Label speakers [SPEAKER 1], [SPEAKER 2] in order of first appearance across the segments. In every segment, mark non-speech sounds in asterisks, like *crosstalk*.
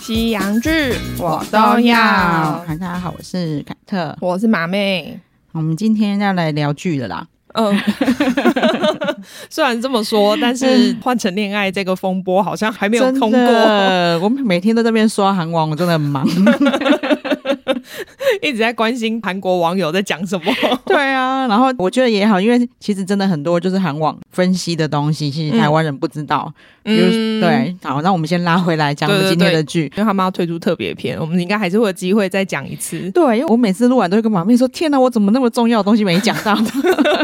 [SPEAKER 1] 西洋剧我
[SPEAKER 2] 都
[SPEAKER 1] 都
[SPEAKER 2] 要。
[SPEAKER 1] 要。
[SPEAKER 2] 嗨大家好，我是凯特。
[SPEAKER 1] 我是马妹，
[SPEAKER 2] 我们今天要来聊剧了啦。
[SPEAKER 1] *laughs* 嗯，虽然这么说，但是换成恋爱这个风波好像还没有通
[SPEAKER 2] 真
[SPEAKER 1] 过，
[SPEAKER 2] 的我每天都在那边刷韩网，我真的很 *laughs* 忙。
[SPEAKER 1] 一直在关心韩国网友在讲什么。
[SPEAKER 2] 对啊，然后我觉得也好，因为其实真的很多就是韩网分析的东西，其实台湾人不知道。比如、
[SPEAKER 1] 嗯，
[SPEAKER 2] 对，好，那我们先拉回来讲我们
[SPEAKER 1] 对对
[SPEAKER 2] 今天
[SPEAKER 1] 对
[SPEAKER 2] 的剧。。
[SPEAKER 1] *laughs* 因为他们要推出特别篇，我们应该还是会有机会再讲一次
[SPEAKER 2] 对，因为我每次录完都会跟马妹说：“天哪，我怎么那么重要的东西没讲 *laughs* 到？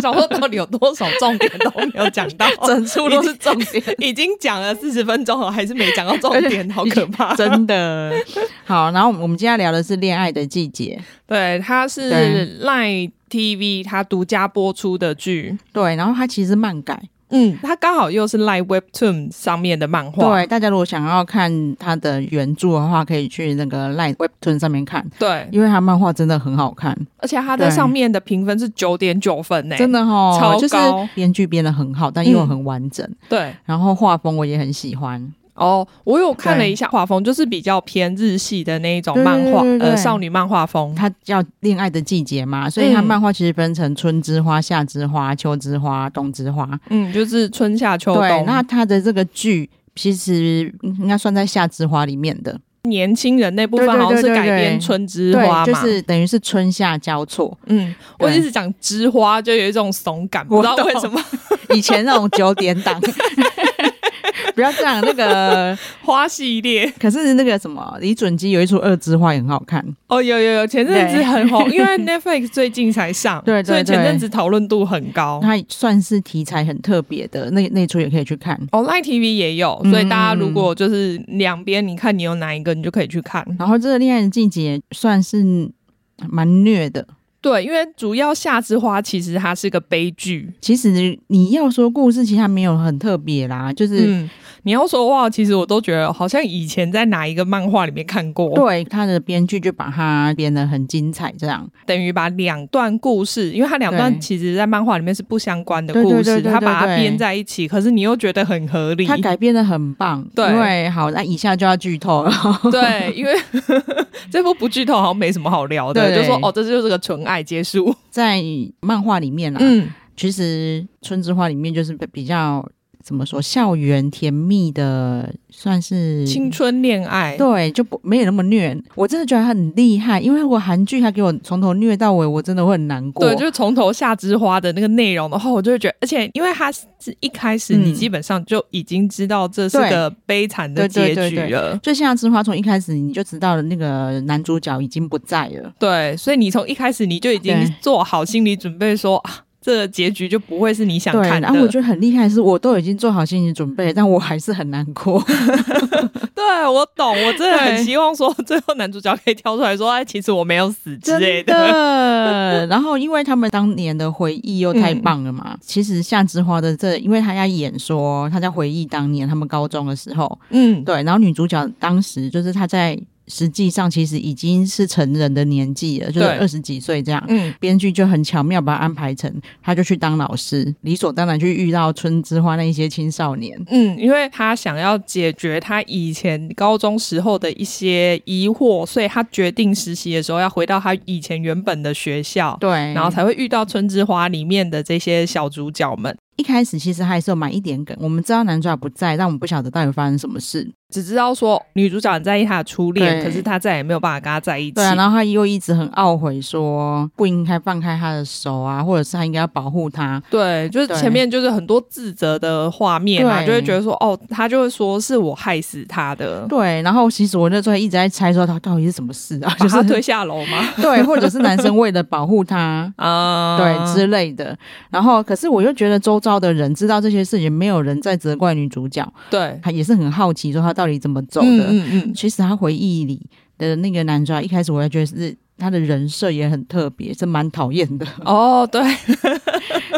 [SPEAKER 1] 想说到底有多少重点都没有讲 *laughs* 到，
[SPEAKER 2] 整出都是重点。”
[SPEAKER 1] 已经讲了四十分钟了，还是没讲到重 *laughs* 点，好可怕！
[SPEAKER 2] *laughs* 真的好，然后我们今天要聊的是恋爱的季节，
[SPEAKER 1] 对，它
[SPEAKER 2] 对
[SPEAKER 1] 是 Line TV 它独家播出的剧，
[SPEAKER 2] 对，然后它其实是漫改，
[SPEAKER 1] 嗯，它刚好又是 Line Webtoon 上面的漫画，
[SPEAKER 2] 对，大家如果想要看它的原著的话，可以去那个 Line Webtoon 上面看，
[SPEAKER 1] 对，
[SPEAKER 2] 因为它漫画真的很好看，
[SPEAKER 1] 而且它在
[SPEAKER 2] 对
[SPEAKER 1] 上面的评分是九点九分呢、
[SPEAKER 2] 真
[SPEAKER 1] 的
[SPEAKER 2] 的哦，
[SPEAKER 1] 超
[SPEAKER 2] 就是
[SPEAKER 1] 高嗯
[SPEAKER 2] 编剧编的很好，但又很完整，
[SPEAKER 1] 对。
[SPEAKER 2] 然后画风我也很喜欢，
[SPEAKER 1] 哦，我有看了
[SPEAKER 2] 对
[SPEAKER 1] 一下画风，就是比较偏日系的那一种
[SPEAKER 2] 对
[SPEAKER 1] 漫画，
[SPEAKER 2] 对对对
[SPEAKER 1] 呃，少女漫画风。
[SPEAKER 2] 它叫《恋爱的季节》嘛，所以它
[SPEAKER 1] 嗯
[SPEAKER 2] 漫画其实分成春之花、夏之花、秋之花、冬之花，
[SPEAKER 1] 嗯，就是春夏秋
[SPEAKER 2] 对，
[SPEAKER 1] 冬。
[SPEAKER 2] 那它的这个剧其实应该算在夏之花里面的。
[SPEAKER 1] 年轻人那部
[SPEAKER 2] 对
[SPEAKER 1] 分
[SPEAKER 2] 对
[SPEAKER 1] 好像是
[SPEAKER 2] 对对
[SPEAKER 1] 改编
[SPEAKER 2] 对
[SPEAKER 1] 春之
[SPEAKER 2] 对，
[SPEAKER 1] 花嘛，
[SPEAKER 2] 就是等于是春夏交错。
[SPEAKER 1] 嗯，我
[SPEAKER 2] 对
[SPEAKER 1] 一直讲之花，就有一种怂感，不
[SPEAKER 2] 我
[SPEAKER 1] 知道
[SPEAKER 2] 懂
[SPEAKER 1] 为什么 *laughs*
[SPEAKER 2] 以前那种九点档， *laughs* 不要这样。那个
[SPEAKER 1] 花系列。
[SPEAKER 2] 可是那个什么李准基有一出《二之花》也很好看，
[SPEAKER 1] 哦，有有有，前阵子
[SPEAKER 2] 对
[SPEAKER 1] 很红，因 *laughs* 为 Netflix 最近才上，
[SPEAKER 2] 对对
[SPEAKER 1] 所以前
[SPEAKER 2] 对
[SPEAKER 1] 阵子讨论度很高。
[SPEAKER 2] 它算是题材很特别的，那那出也可以去看。
[SPEAKER 1] 哦，Line TV 也有，
[SPEAKER 2] 嗯
[SPEAKER 1] 所以大家如果就是两边，你看你有哪一个，你就可以去看。
[SPEAKER 2] 然后这个《恋爱的季节》算是嗯蛮虐的。
[SPEAKER 1] 对，因为主要《夏之花》其实它是个悲剧。
[SPEAKER 2] 其实你要说故事，其实它没有很特别啦，就是、
[SPEAKER 1] 嗯，你要说哇，其实我都觉得好像以前在哪一个漫画里面看过。
[SPEAKER 2] 对它的编剧就把它编得很精彩，这样。
[SPEAKER 1] 等于把两段故事，因为它两段
[SPEAKER 2] 对
[SPEAKER 1] 其实在漫画里面是不相关的故
[SPEAKER 2] 对对
[SPEAKER 1] 事，
[SPEAKER 2] 对对
[SPEAKER 1] 它把它
[SPEAKER 2] 对
[SPEAKER 1] 编在一起，可是你又觉得很合理
[SPEAKER 2] 它。
[SPEAKER 1] *laughs*
[SPEAKER 2] 改编的很棒，
[SPEAKER 1] 对
[SPEAKER 2] 因为好，那以下就要剧透了。 *laughs*
[SPEAKER 1] 对，因为 *laughs* 这部不剧透好像没什么好聊的，
[SPEAKER 2] 对
[SPEAKER 1] 就说哦，这就是个纯爱结束。
[SPEAKER 2] 在漫画里面啦，啊
[SPEAKER 1] 嗯，
[SPEAKER 2] 其实《春之花》里面就是比较怎么说，校园甜蜜的，算是
[SPEAKER 1] 青春恋爱，
[SPEAKER 2] 对，就不没有那么虐。我真的觉得他很厉害，因为如果韩剧他给我从头虐到尾，我真的会很难过。
[SPEAKER 1] 对，就是从头下枝花的那个内容的话，我就会觉得，而且因为它是一开始
[SPEAKER 2] 嗯
[SPEAKER 1] 你基本上就已经知道这是个悲惨的结
[SPEAKER 2] 对对
[SPEAKER 1] 局
[SPEAKER 2] 对
[SPEAKER 1] 了。
[SPEAKER 2] 就像《之花》从一开始你就知道了，那个男主角已经不在了。
[SPEAKER 1] 对，所以你从一开始你就已经
[SPEAKER 2] 对
[SPEAKER 1] 做好心理准备说，啊，这个结局就不会是你想
[SPEAKER 2] 对，
[SPEAKER 1] 看的。
[SPEAKER 2] 然后我觉得很厉害，是我都已经做好心理准备，但我还是很难过。
[SPEAKER 1] 对我懂，我真的很
[SPEAKER 2] 对
[SPEAKER 1] 希望说， *laughs* 最后男主角可以跳出来说，哎，其实我没有死 *laughs* 之类
[SPEAKER 2] 真
[SPEAKER 1] *laughs*
[SPEAKER 2] 的。然后，因为他们当年的回忆又太
[SPEAKER 1] 嗯
[SPEAKER 2] 棒了嘛。其实夏之花的这，因为他要演说，他在回忆当年他们高中的时候，
[SPEAKER 1] 嗯，
[SPEAKER 2] 对。然后女主角当时就是她在实际上其实已经是成人的年纪了，就是
[SPEAKER 1] 对
[SPEAKER 2] 二十几岁这样。
[SPEAKER 1] 嗯，
[SPEAKER 2] 编剧就很巧妙把她安排成，她就去当老师，理所当然去遇到春之花那一些青少年。
[SPEAKER 1] 嗯，因为他想要解决他以前高中时候的一些疑惑，所以他决定实习的时候要回到他以前原本的学校，
[SPEAKER 2] 对，
[SPEAKER 1] 然后才会遇到《春之花》里面的这些小主角们。
[SPEAKER 2] 一开始其实还是有埋一点梗，我们知道男主角不在，但我们不晓得到底发生什么事。
[SPEAKER 1] 只知道说女主角很在意她的初恋，
[SPEAKER 2] 对
[SPEAKER 1] 可是她再也没有办法跟他在一起。
[SPEAKER 2] 对啊，然后他又一直很懊悔，说不应该放开他的手啊，或者是他应该要保护他。
[SPEAKER 1] 对，就是
[SPEAKER 2] 对
[SPEAKER 1] 前面就是很多自责的画面嘛，
[SPEAKER 2] 对
[SPEAKER 1] 就会觉得说，哦，他就会说是我害死他的，
[SPEAKER 2] 对，然后其实我那时候一直在猜，说他到底是什么事啊？ *laughs*
[SPEAKER 1] 把
[SPEAKER 2] 就
[SPEAKER 1] *laughs* 他
[SPEAKER 2] 是
[SPEAKER 1] 推下楼吗？。
[SPEAKER 2] 对，或者是男生为了保护他
[SPEAKER 1] 啊、
[SPEAKER 2] *laughs* 对之类的，然后可是我又觉得周遭的人知道这些事情，没有人在责怪女主角，
[SPEAKER 1] 对，
[SPEAKER 2] 她也是很好奇说她到底怎么走
[SPEAKER 1] 嗯
[SPEAKER 2] 的。
[SPEAKER 1] 嗯嗯，
[SPEAKER 2] 其实她回忆里的那个男主角，一开始我还觉得是他的人设也很特别，是蛮讨厌
[SPEAKER 1] *laughs*
[SPEAKER 2] 的。
[SPEAKER 1] 哦，对，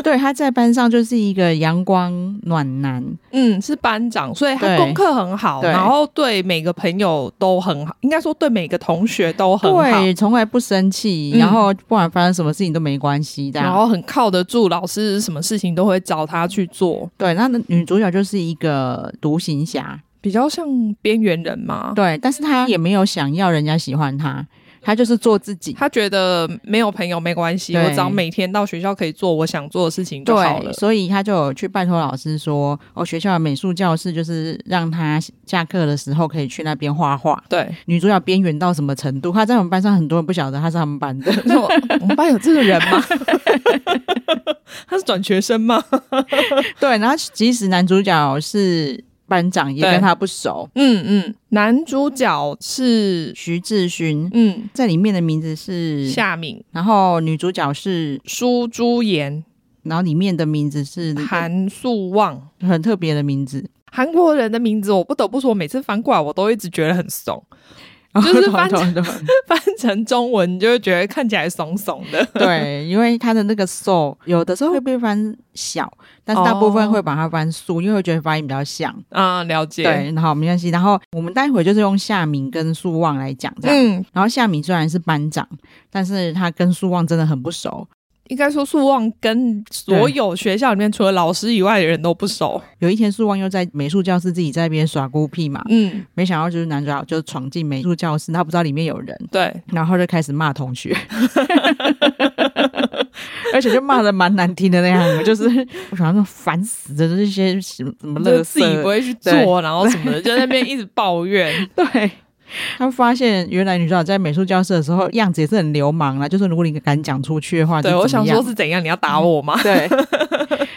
[SPEAKER 2] 对，他在班上就是一个阳光暖男，
[SPEAKER 1] 嗯，是班长，所以他
[SPEAKER 2] 对
[SPEAKER 1] 功课很好，
[SPEAKER 2] 对
[SPEAKER 1] 然后对每个朋友都很好，应该说对每个同学都很好，
[SPEAKER 2] 对，从来不生气，
[SPEAKER 1] 嗯
[SPEAKER 2] 然后不管发生什么事情都没关系这
[SPEAKER 1] 然
[SPEAKER 2] 样。
[SPEAKER 1] 后很靠得住，老师什么事情都会找他去做。
[SPEAKER 2] 对，那女主角就是一个独行侠，
[SPEAKER 1] 比较像边缘人嘛。
[SPEAKER 2] 对，但是他也没有想要人家喜欢他，他就是做自己。
[SPEAKER 1] 他觉得没有朋友没关系，
[SPEAKER 2] 对
[SPEAKER 1] 我只要每天到学校可以做我想做的事情就好了
[SPEAKER 2] 对，。所以他就有去拜托老师说，哦，学校的美术教室就是让他下课的时候可以去那边画画。
[SPEAKER 1] 对，
[SPEAKER 2] 女主角边缘到什么程度？她在我们班上很多人不晓得她是他们班的，
[SPEAKER 1] *laughs* 你说我们班有这个人
[SPEAKER 2] *laughs*
[SPEAKER 1] 吗？他是转学生吗？
[SPEAKER 2] 对。然后即使男主角是班长，也
[SPEAKER 1] 对
[SPEAKER 2] 跟他不熟。
[SPEAKER 1] 嗯嗯，男主角是
[SPEAKER 2] 徐志勋
[SPEAKER 1] 嗯
[SPEAKER 2] 在里面的名字是，
[SPEAKER 1] 夏敏、
[SPEAKER 2] 然后女主角是，
[SPEAKER 1] 舒朱颜、
[SPEAKER 2] 然后里面的名字是
[SPEAKER 1] 韩素望。
[SPEAKER 2] 很特别的名字，
[SPEAKER 1] 韩国人的名字，我不得不说，每次翻过来我都一直觉得很怂。 *laughs*
[SPEAKER 2] 就是 *laughs*
[SPEAKER 1] 翻
[SPEAKER 2] 懂懂
[SPEAKER 1] 翻成中文，你就会觉得看起来怂怂
[SPEAKER 2] *laughs*
[SPEAKER 1] 的。
[SPEAKER 2] 对，因为他的那个 so 有的时候会被翻小，但是大部分会把它翻苏，因为会觉得发音比较像。
[SPEAKER 1] 啊，了解。
[SPEAKER 2] 对，然后没关系。然后我们待会就是用夏明跟苏旺来讲这样。
[SPEAKER 1] 嗯，
[SPEAKER 2] 然后夏明虽然是班长，但是他跟苏旺真的很不熟。
[SPEAKER 1] 应该说素望跟所有学校里面除了老师以外的人都不熟。
[SPEAKER 2] 有一天苏旺又在美术教室自己在那边耍孤僻嘛，
[SPEAKER 1] 嗯，
[SPEAKER 2] 没想到就是男主角就闯进美术教室，他不知道里面有人，
[SPEAKER 1] 对，
[SPEAKER 2] 然后就开始骂同学， *laughs* 而且就骂的蛮难听的那样，就是我想说烦死了，这些什么什么乐
[SPEAKER 1] 就自己不会去做，然后什么的，
[SPEAKER 2] *laughs*
[SPEAKER 1] 就在那边一直抱怨。
[SPEAKER 2] 对。他发现原来女主角在美术教室的时候样子也是很流氓啦，就是如果你敢讲出去的话，
[SPEAKER 1] 对，
[SPEAKER 2] 啊就
[SPEAKER 1] 我
[SPEAKER 2] 怎
[SPEAKER 1] 想
[SPEAKER 2] 么
[SPEAKER 1] *laughs* 说
[SPEAKER 2] 样
[SPEAKER 1] 是怎样，你要打我吗？
[SPEAKER 2] 对，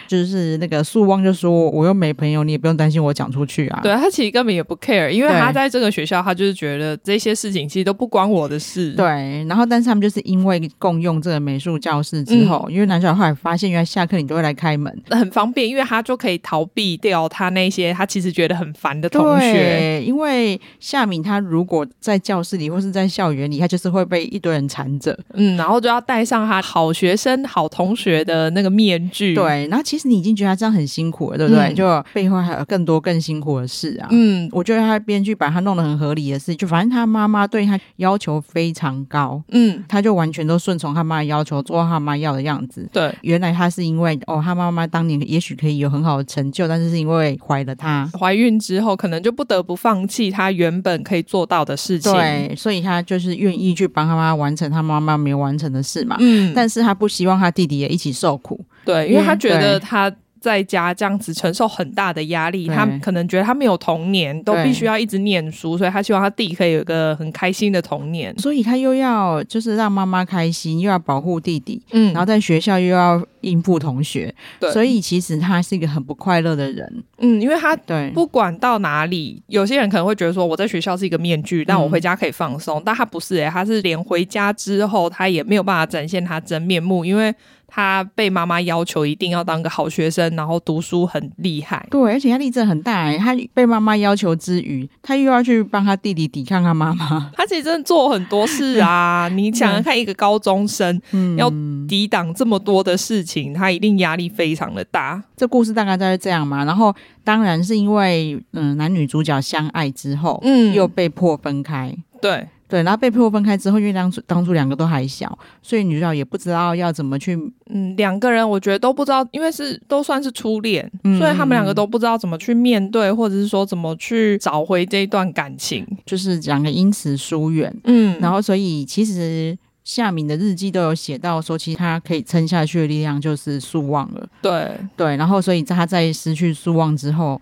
[SPEAKER 2] 就是那个素汪就说我又没朋友，你也不用担心我讲出去啊。
[SPEAKER 1] *laughs* 对他其实根本也不 care，因为
[SPEAKER 2] 对
[SPEAKER 1] 他在这个学校，他就是觉得这些事情其实都不关我的事。，
[SPEAKER 2] 对，然后但是他们就是因为共用这个美术教室之后，
[SPEAKER 1] 嗯
[SPEAKER 2] 因为男主角后来发现原来下课你都会来开门，
[SPEAKER 1] 很方便，因为他就可以逃避掉他那些他其实觉得很烦的同学。
[SPEAKER 2] 对，因为夏敏她如果在教室里或是在校园里，她就是会被一堆人缠着。
[SPEAKER 1] 嗯，然后就要戴上他好学生、好同学的那个面具。，
[SPEAKER 2] 对，然后其实你已经觉得她这样很辛苦了，对不对？
[SPEAKER 1] 嗯
[SPEAKER 2] 就背后还有更多更辛苦的事啊。
[SPEAKER 1] 嗯
[SPEAKER 2] 我觉得她编剧把她弄得很合理的事，就反正她妈妈对她要求非常高，
[SPEAKER 1] 嗯，
[SPEAKER 2] 她就完全都顺从她妈的要求，做她妈要的样子。
[SPEAKER 1] 对，
[SPEAKER 2] 原来她是因为哦，她妈妈当年也许可以有很好的成就，但是是因为怀了她，
[SPEAKER 1] 怀孕之后可能就不得不放弃他原本可以做到的事情。，
[SPEAKER 2] 对，所以她就是愿意去帮她妈完成她妈妈没有完成的事嘛。
[SPEAKER 1] 嗯，
[SPEAKER 2] 但是他不希望他弟弟也一起受苦。
[SPEAKER 1] 对，因为他
[SPEAKER 2] 嗯
[SPEAKER 1] 觉得
[SPEAKER 2] 对
[SPEAKER 1] 他。在家这样子承受很大的压力，
[SPEAKER 2] 对
[SPEAKER 1] 他可能觉得他没有童年，都
[SPEAKER 2] 对
[SPEAKER 1] 必须要一直念书，所以他希望他弟可以有一个很开心的童年。
[SPEAKER 2] 所以他又要就是让妈妈开心，又要保护弟弟，
[SPEAKER 1] 嗯
[SPEAKER 2] 然后在学校又要应付同学，
[SPEAKER 1] 对
[SPEAKER 2] 所以其实他是一个很不快乐的人，
[SPEAKER 1] 嗯，因为他
[SPEAKER 2] 对，
[SPEAKER 1] 不管到哪里，有些人可能会觉得说我在学校是一个面具，但我回家可以放松，但他不是诶、他是连回家之后他也没有办法展现他真面目，因为他被妈妈要求一定要当个好学生，然后读书很厉害。
[SPEAKER 2] 对，而且压力真的很大、欸。他被妈妈要求之余，他又要去帮他弟弟抵抗他妈妈， *laughs*
[SPEAKER 1] 他其实真的做很多事 *laughs* 啊！你想想看，一个高中生
[SPEAKER 2] 嗯，
[SPEAKER 1] 要抵挡这么多的事情，他一定压力非常的大。
[SPEAKER 2] 这故事大概就是这样嘛。然后当然是因为嗯、男女主角相爱之后，
[SPEAKER 1] 嗯
[SPEAKER 2] 又被迫分开，
[SPEAKER 1] 对，
[SPEAKER 2] 对，然后被迫分开之后，因为当初当初两个都还小，所以女主角也不知道要怎么去
[SPEAKER 1] 嗯，两个人我觉得都不知道，因为是都算是初恋，
[SPEAKER 2] 嗯
[SPEAKER 1] 所以他们两个都不知道怎么去面对，或者是说怎么去找回这一段感情。
[SPEAKER 2] 就是两个因此疏远，
[SPEAKER 1] 嗯
[SPEAKER 2] 然后所以其实夏明的日记都有写到说，其实他可以撑下去的力量就是素望了，
[SPEAKER 1] 对，
[SPEAKER 2] 对，然后所以在他在失去素望之后，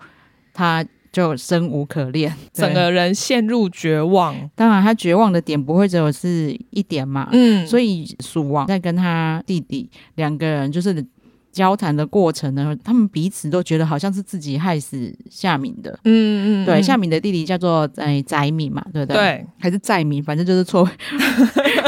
[SPEAKER 2] 他就生无可恋，对
[SPEAKER 1] *laughs* 整个人陷入绝望。
[SPEAKER 2] 当然他绝望的点不会只有是一点嘛，
[SPEAKER 1] 嗯
[SPEAKER 2] 所
[SPEAKER 1] 以
[SPEAKER 2] 以素望在跟他弟弟两个人就是。交谈的过程呢，他们彼此都觉得好像是自己害死夏明的。
[SPEAKER 1] 嗯嗯，
[SPEAKER 2] 对，
[SPEAKER 1] 嗯
[SPEAKER 2] 夏明的弟弟叫做哎翟敏嘛，对不对？
[SPEAKER 1] 对
[SPEAKER 2] 还是载敏，反正就是
[SPEAKER 1] *laughs*
[SPEAKER 2] 错。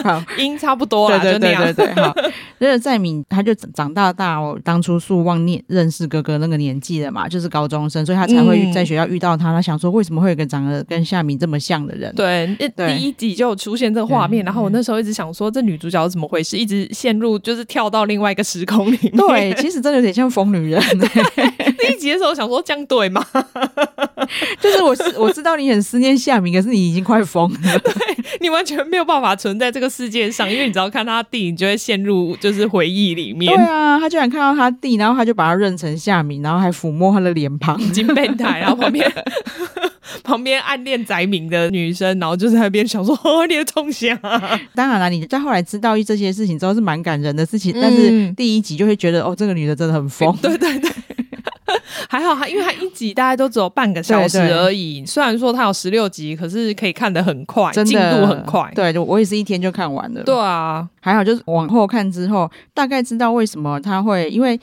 [SPEAKER 2] 好，
[SPEAKER 1] 音差不多
[SPEAKER 2] 对
[SPEAKER 1] 啦，
[SPEAKER 2] 对
[SPEAKER 1] 就那
[SPEAKER 2] 对对。
[SPEAKER 1] 样
[SPEAKER 2] 对，好。那个载敏，他就长大到当初素望念认识哥哥那个年纪了嘛，就是高中生，所以他才会
[SPEAKER 1] 嗯
[SPEAKER 2] 在学校遇到他。他想说，为什么会有一个长得跟夏敏这么像的人？
[SPEAKER 1] 对，那
[SPEAKER 2] 对
[SPEAKER 1] 第一集就有出现这个画面，然后我那时候一直想说，这女主角是怎么回事，一直陷入就是跳到另外一个时空里面。
[SPEAKER 2] 对，其实真的有点像疯女人，
[SPEAKER 1] *laughs* 第一集的时候想说这样对吗？
[SPEAKER 2] 就是我是我知道你很思念夏敏，可是你已经快疯了。
[SPEAKER 1] 你完全没有办法存在这个世界上，因为你只要看他弟，你就会陷入就是回忆里
[SPEAKER 2] 对
[SPEAKER 1] *laughs* 面。
[SPEAKER 2] 啊，他居然看到他弟，然后他就把他认成夏敏，然后还抚摸他的脸庞。 *laughs*
[SPEAKER 1] 金变态，然后旁边旁边暗恋宅名的女生，然后就在那边想说， *laughs* 哦，你的痛想、啊，
[SPEAKER 2] 当然了，你在后来知道这些事情之后是蛮感人的事情，
[SPEAKER 1] 嗯
[SPEAKER 2] 但是第一集就会觉得哦，这个女的真的很疯。
[SPEAKER 1] 对对 *laughs* 对。还好，它因为它一集大概都只有半个小时
[SPEAKER 2] 对对
[SPEAKER 1] 而已。虽然说它有十六集，可是可以看得很快，
[SPEAKER 2] 真的
[SPEAKER 1] 进度很快。
[SPEAKER 2] 对，就我也是一天就看完了。
[SPEAKER 1] 对，啊，
[SPEAKER 2] 还好就是往后看之后，大概知道为什么他会，因为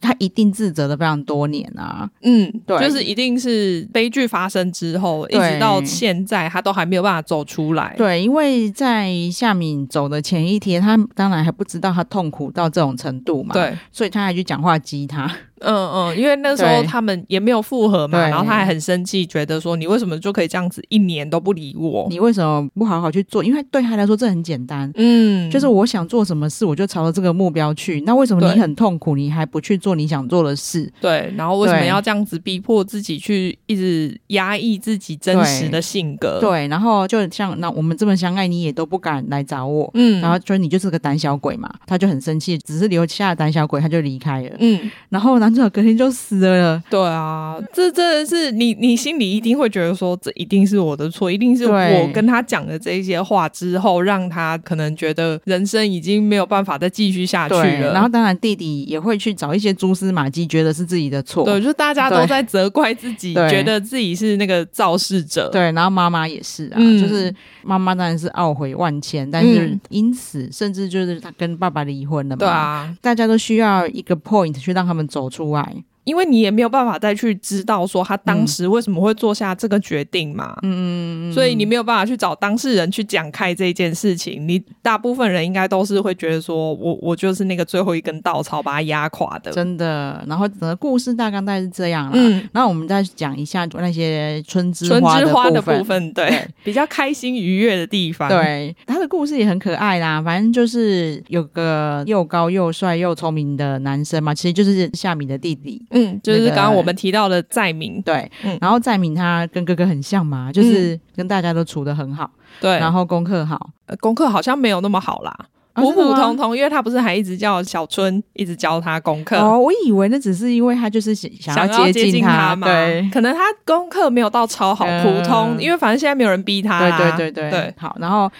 [SPEAKER 2] 他一定自责了非常多年啊。
[SPEAKER 1] 嗯，
[SPEAKER 2] 对
[SPEAKER 1] 就是一定是悲剧发生之后，一直
[SPEAKER 2] 对
[SPEAKER 1] 到现在，他都还没有办法走出来。
[SPEAKER 2] 对，因为在夏敏走的前一天，他当然还不知道他痛苦到这种程度嘛，，
[SPEAKER 1] 对，
[SPEAKER 2] 所以他还去讲话激他，
[SPEAKER 1] 嗯嗯，因为那时候
[SPEAKER 2] 对
[SPEAKER 1] 他们也没有复合嘛，
[SPEAKER 2] 对
[SPEAKER 1] 然后他还很生气，觉得说你为什么就可以这样子一年都不理我？
[SPEAKER 2] 你为什么不好好去做？因为对他来说这很简单，
[SPEAKER 1] 嗯，
[SPEAKER 2] 就是我想做什么事，我就朝着这个目标去。那为什么
[SPEAKER 1] 对
[SPEAKER 2] 你很痛苦，你还不去做你想做的事？
[SPEAKER 1] 对，然后为什么
[SPEAKER 2] 对
[SPEAKER 1] 要这样子逼迫自己去一直压抑自己真实的性格？，
[SPEAKER 2] 对，然后就像那我们这么相爱，你也都不敢来找我。
[SPEAKER 1] 嗯，
[SPEAKER 2] 然后就你就是个胆小鬼嘛，他就很生气，只是留下胆小鬼，他就离开了。
[SPEAKER 1] 嗯，
[SPEAKER 2] 然后男主角隔天就死了，
[SPEAKER 1] 对啊，这真的是你，你心里一定会觉得说，这一定是我的错，一定是
[SPEAKER 2] 对
[SPEAKER 1] 我跟他讲的这些话之后，让他可能觉得人生已经没有办法再继续下去
[SPEAKER 2] 对，
[SPEAKER 1] 了。
[SPEAKER 2] 然后当然弟弟也会去找一些蛛丝马迹，觉得是自己的错。
[SPEAKER 1] 对，就大家都
[SPEAKER 2] 对
[SPEAKER 1] 在责怪自己，
[SPEAKER 2] 对
[SPEAKER 1] 觉得自己是那个肇事者。
[SPEAKER 2] 对然后妈妈也是啊，
[SPEAKER 1] 嗯
[SPEAKER 2] 就是妈妈当然是懊悔万千，但是
[SPEAKER 1] 嗯
[SPEAKER 2] 因此甚至就是他跟爸爸离婚了嘛。
[SPEAKER 1] 对，啊，
[SPEAKER 2] 大家都需要一个 point 去让他们走出来。
[SPEAKER 1] 因为你也没有办法再去知道说他
[SPEAKER 2] 嗯
[SPEAKER 1] 当时为什么会做下这个决定嘛。嗯嗯嗯。所以你没有办法去找当事人去讲开这件事情。你大部分人应该都是会觉得说，我我就是那个最后一根稻草把他压垮的。
[SPEAKER 2] 真的，然后整个故事大纲大概是这样啦。
[SPEAKER 1] 嗯，
[SPEAKER 2] 然后我们再讲一下那些春之
[SPEAKER 1] 春之花的
[SPEAKER 2] 的部
[SPEAKER 1] 部
[SPEAKER 2] 分。
[SPEAKER 1] 分，对
[SPEAKER 2] 对，
[SPEAKER 1] 比较开心愉悦的地方。，
[SPEAKER 2] 对，他的故事也很可爱啦。反正就是有个又高又帅又聪明的男生嘛，其实就是夏米的弟弟。
[SPEAKER 1] 嗯，就是
[SPEAKER 2] 那个
[SPEAKER 1] 刚刚我们提到的在明，
[SPEAKER 2] 对，
[SPEAKER 1] 嗯
[SPEAKER 2] 然后在明他跟哥哥很像嘛，就是跟大家都处得很好，
[SPEAKER 1] 嗯对，
[SPEAKER 2] 然后功课好，
[SPEAKER 1] 呃功课好像没有那么好啦。
[SPEAKER 2] 啊
[SPEAKER 1] 普
[SPEAKER 2] 真的
[SPEAKER 1] 普
[SPEAKER 2] 吗
[SPEAKER 1] 通通，因为他不是还一直叫小春，一直教他功课，
[SPEAKER 2] 哦，我以为那只是因为他就是想
[SPEAKER 1] 想
[SPEAKER 2] 要
[SPEAKER 1] 接
[SPEAKER 2] 近
[SPEAKER 1] 他嘛。
[SPEAKER 2] 对，
[SPEAKER 1] 可能他功课没有到超好，
[SPEAKER 2] 嗯
[SPEAKER 1] 普通，因为反正现在没有人逼他啦。
[SPEAKER 2] 对对对
[SPEAKER 1] 啊对
[SPEAKER 2] 好，然后。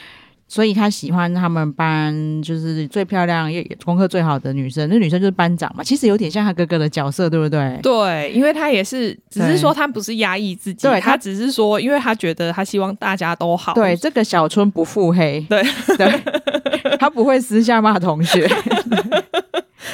[SPEAKER 2] 所以他喜欢他们班，就是最漂亮也也功课最好的女生。那女生就是班长嘛，其实有点像他哥哥的角色，对不对？
[SPEAKER 1] 对因为他也是，只是
[SPEAKER 2] 对
[SPEAKER 1] 说他不是压抑自己，
[SPEAKER 2] 对
[SPEAKER 1] 他
[SPEAKER 2] 他
[SPEAKER 1] 只是说，因为他觉得他希望大家都好。
[SPEAKER 2] 对，，这个小春不腹黑，
[SPEAKER 1] 对
[SPEAKER 2] 对，他不会私下骂同
[SPEAKER 1] *laughs*
[SPEAKER 2] 学。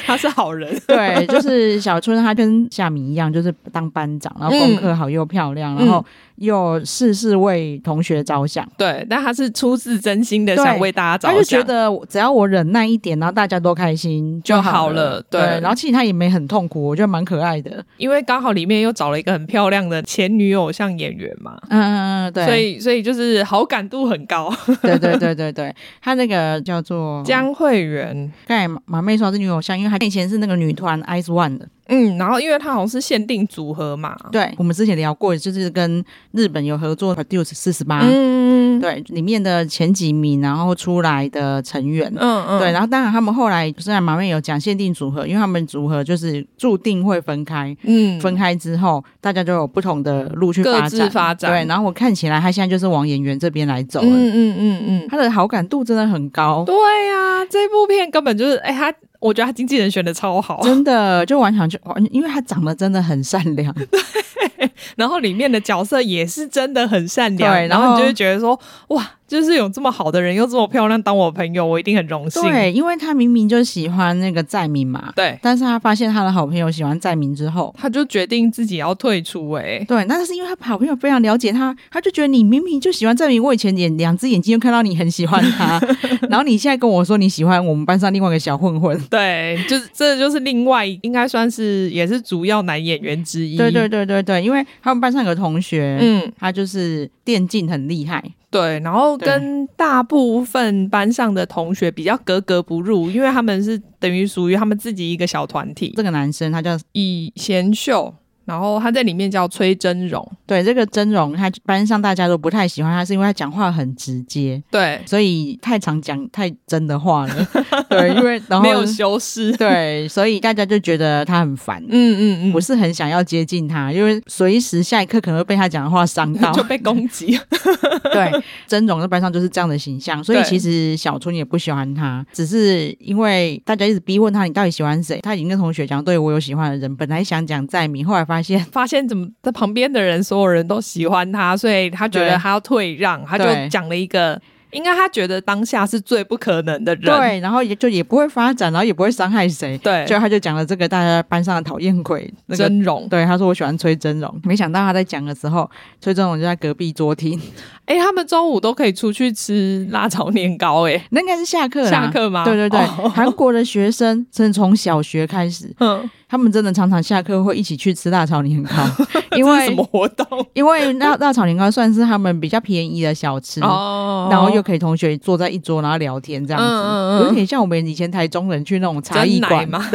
[SPEAKER 1] 他是好人。
[SPEAKER 2] 对，就是小春，他跟夏明一样，就是当班长，然后功课好又漂亮，
[SPEAKER 1] 嗯
[SPEAKER 2] 然后又事事为同学着想。
[SPEAKER 1] *laughs* 对，但他是出自真心的想
[SPEAKER 2] 对
[SPEAKER 1] 为大家着
[SPEAKER 2] 他就
[SPEAKER 1] 想，
[SPEAKER 2] 觉得我只要我忍耐一点，然后大家都开心
[SPEAKER 1] 就好
[SPEAKER 2] 好
[SPEAKER 1] 了对
[SPEAKER 2] 对，然后其实他也没很痛苦，我觉得蛮可爱的。
[SPEAKER 1] 因为刚好里面又找了一个很漂亮的前女偶像演员嘛，
[SPEAKER 2] 嗯，嗯嗯，对，嗯
[SPEAKER 1] 所以所以就是好感度很高。
[SPEAKER 2] 对对对对对，他那个叫做
[SPEAKER 1] 江惠媛，
[SPEAKER 2] 刚才马马妹说她是女偶像，因为她以前是那个女团 Ice One 的。
[SPEAKER 1] 嗯，然后因为她好像是限定组合嘛，
[SPEAKER 2] 对，我们之前聊过，就是跟日本有合作 Produce 四十八，
[SPEAKER 1] 嗯
[SPEAKER 2] 啊对，里面的前几名，然后出来的成员。
[SPEAKER 1] 嗯嗯，
[SPEAKER 2] 对，然后当然他们后来虽然马妹有讲限定组合，因为他们组合就是注定会分开，
[SPEAKER 1] 嗯
[SPEAKER 2] 分开之后大家就有不同的路去
[SPEAKER 1] 各
[SPEAKER 2] 发
[SPEAKER 1] 自
[SPEAKER 2] 展。
[SPEAKER 1] 发展，
[SPEAKER 2] 对，然后我看起来他现在就是往演员这边来走了，
[SPEAKER 1] 嗯嗯嗯嗯，
[SPEAKER 2] 他的好感度真的很高，
[SPEAKER 1] 对呀、这部片根本就是，哎、他我觉得他经纪人选的超好，
[SPEAKER 2] 真的就完全就完，因为他长得真的很善
[SPEAKER 1] *laughs*
[SPEAKER 2] 良，
[SPEAKER 1] 然后里面的角色也是真的很善良，
[SPEAKER 2] 对
[SPEAKER 1] 然
[SPEAKER 2] 然
[SPEAKER 1] 后
[SPEAKER 2] 后
[SPEAKER 1] 你就会觉得说，哇，就是有这么好的人又这么漂亮当我朋友，我一定很荣幸，
[SPEAKER 2] 对，因为他明明就喜欢那个在明嘛，
[SPEAKER 1] 对
[SPEAKER 2] 但是他发现他的好朋友喜欢在明之后。
[SPEAKER 1] 他就决定自己要退出、哎。
[SPEAKER 2] 对，那是因为他好朋友非常了解他，他就觉得你明明就喜欢在明，我以前眼两只眼睛就看到你很喜欢 *laughs* 他，然后你现在跟我说你喜欢我们班上另外一个小混混，
[SPEAKER 1] 对，就是这就是另外应该算是也是主要男演员之
[SPEAKER 2] *laughs*
[SPEAKER 1] 一。
[SPEAKER 2] 对对，对对对，因为他们班上有个同学，
[SPEAKER 1] 嗯，
[SPEAKER 2] 他就是电竞很厉害，
[SPEAKER 1] 对，然后
[SPEAKER 2] 对
[SPEAKER 1] 跟大部分班上的同学比较格格不入，因为他们是等于属于他们自己一个小团体。
[SPEAKER 2] 这个男生他叫
[SPEAKER 1] 以贤秀，然后他在里面叫崔真荣，
[SPEAKER 2] 对这个真容，他班上大家都不太喜欢他，是因为他讲话很直接，
[SPEAKER 1] 对，
[SPEAKER 2] 所以太常讲太真的话 *laughs* 了。对，因为然后
[SPEAKER 1] 没有修饰，
[SPEAKER 2] 对，所以大家就觉得他很烦，
[SPEAKER 1] 嗯嗯
[SPEAKER 2] 不是很想要接近他，因为随时下一刻可能会被他讲的话伤到
[SPEAKER 1] 嗯，。 *laughs* 就被攻击，
[SPEAKER 2] *laughs* 对，真容在班上就是这样的形象，所以
[SPEAKER 1] 对
[SPEAKER 2] 其实小春也不喜欢他，只是因为大家一直逼问他你到底喜欢谁，他已经跟同学讲，对我有喜欢的人，本来想讲在明，后来发
[SPEAKER 1] *laughs*
[SPEAKER 2] 现
[SPEAKER 1] 发现怎么在旁边的人所有人都喜欢他，所以他觉
[SPEAKER 2] 对
[SPEAKER 1] 得他要退让，他就
[SPEAKER 2] 对
[SPEAKER 1] 讲了一个，应该他觉得当下是最不可能的人，
[SPEAKER 2] 对，然后也就也不会发展，然后也不会伤害谁，
[SPEAKER 1] 对
[SPEAKER 2] 就他就讲了这个大家班上的讨厌鬼那个。
[SPEAKER 1] 真容，
[SPEAKER 2] 对，他说我喜欢崔真容，没想到他在讲的时候，崔真容就在隔壁桌听，
[SPEAKER 1] 哎、他们中午都可以出去吃辣炒年糕、哎，
[SPEAKER 2] 那应该是下课啦
[SPEAKER 1] 下课吗
[SPEAKER 2] 对对对，
[SPEAKER 1] 哦 *laughs*
[SPEAKER 2] 韩国的学生真的从小学开始，
[SPEAKER 1] 嗯，
[SPEAKER 2] 他们真的常常下课会一起去吃辣炒年
[SPEAKER 1] *laughs*
[SPEAKER 2] 糕，因
[SPEAKER 1] 这是
[SPEAKER 2] 为
[SPEAKER 1] 什么活动？
[SPEAKER 2] 因为辣辣炒年糕算是他们比较便宜的小吃。
[SPEAKER 1] 哦
[SPEAKER 2] 嗯然后又可以同学坐在一桌，然后聊天这样子，
[SPEAKER 1] 嗯嗯嗯
[SPEAKER 2] 有点像我们以前台中人去那种茶艺
[SPEAKER 1] 真奶
[SPEAKER 2] 馆
[SPEAKER 1] 吗？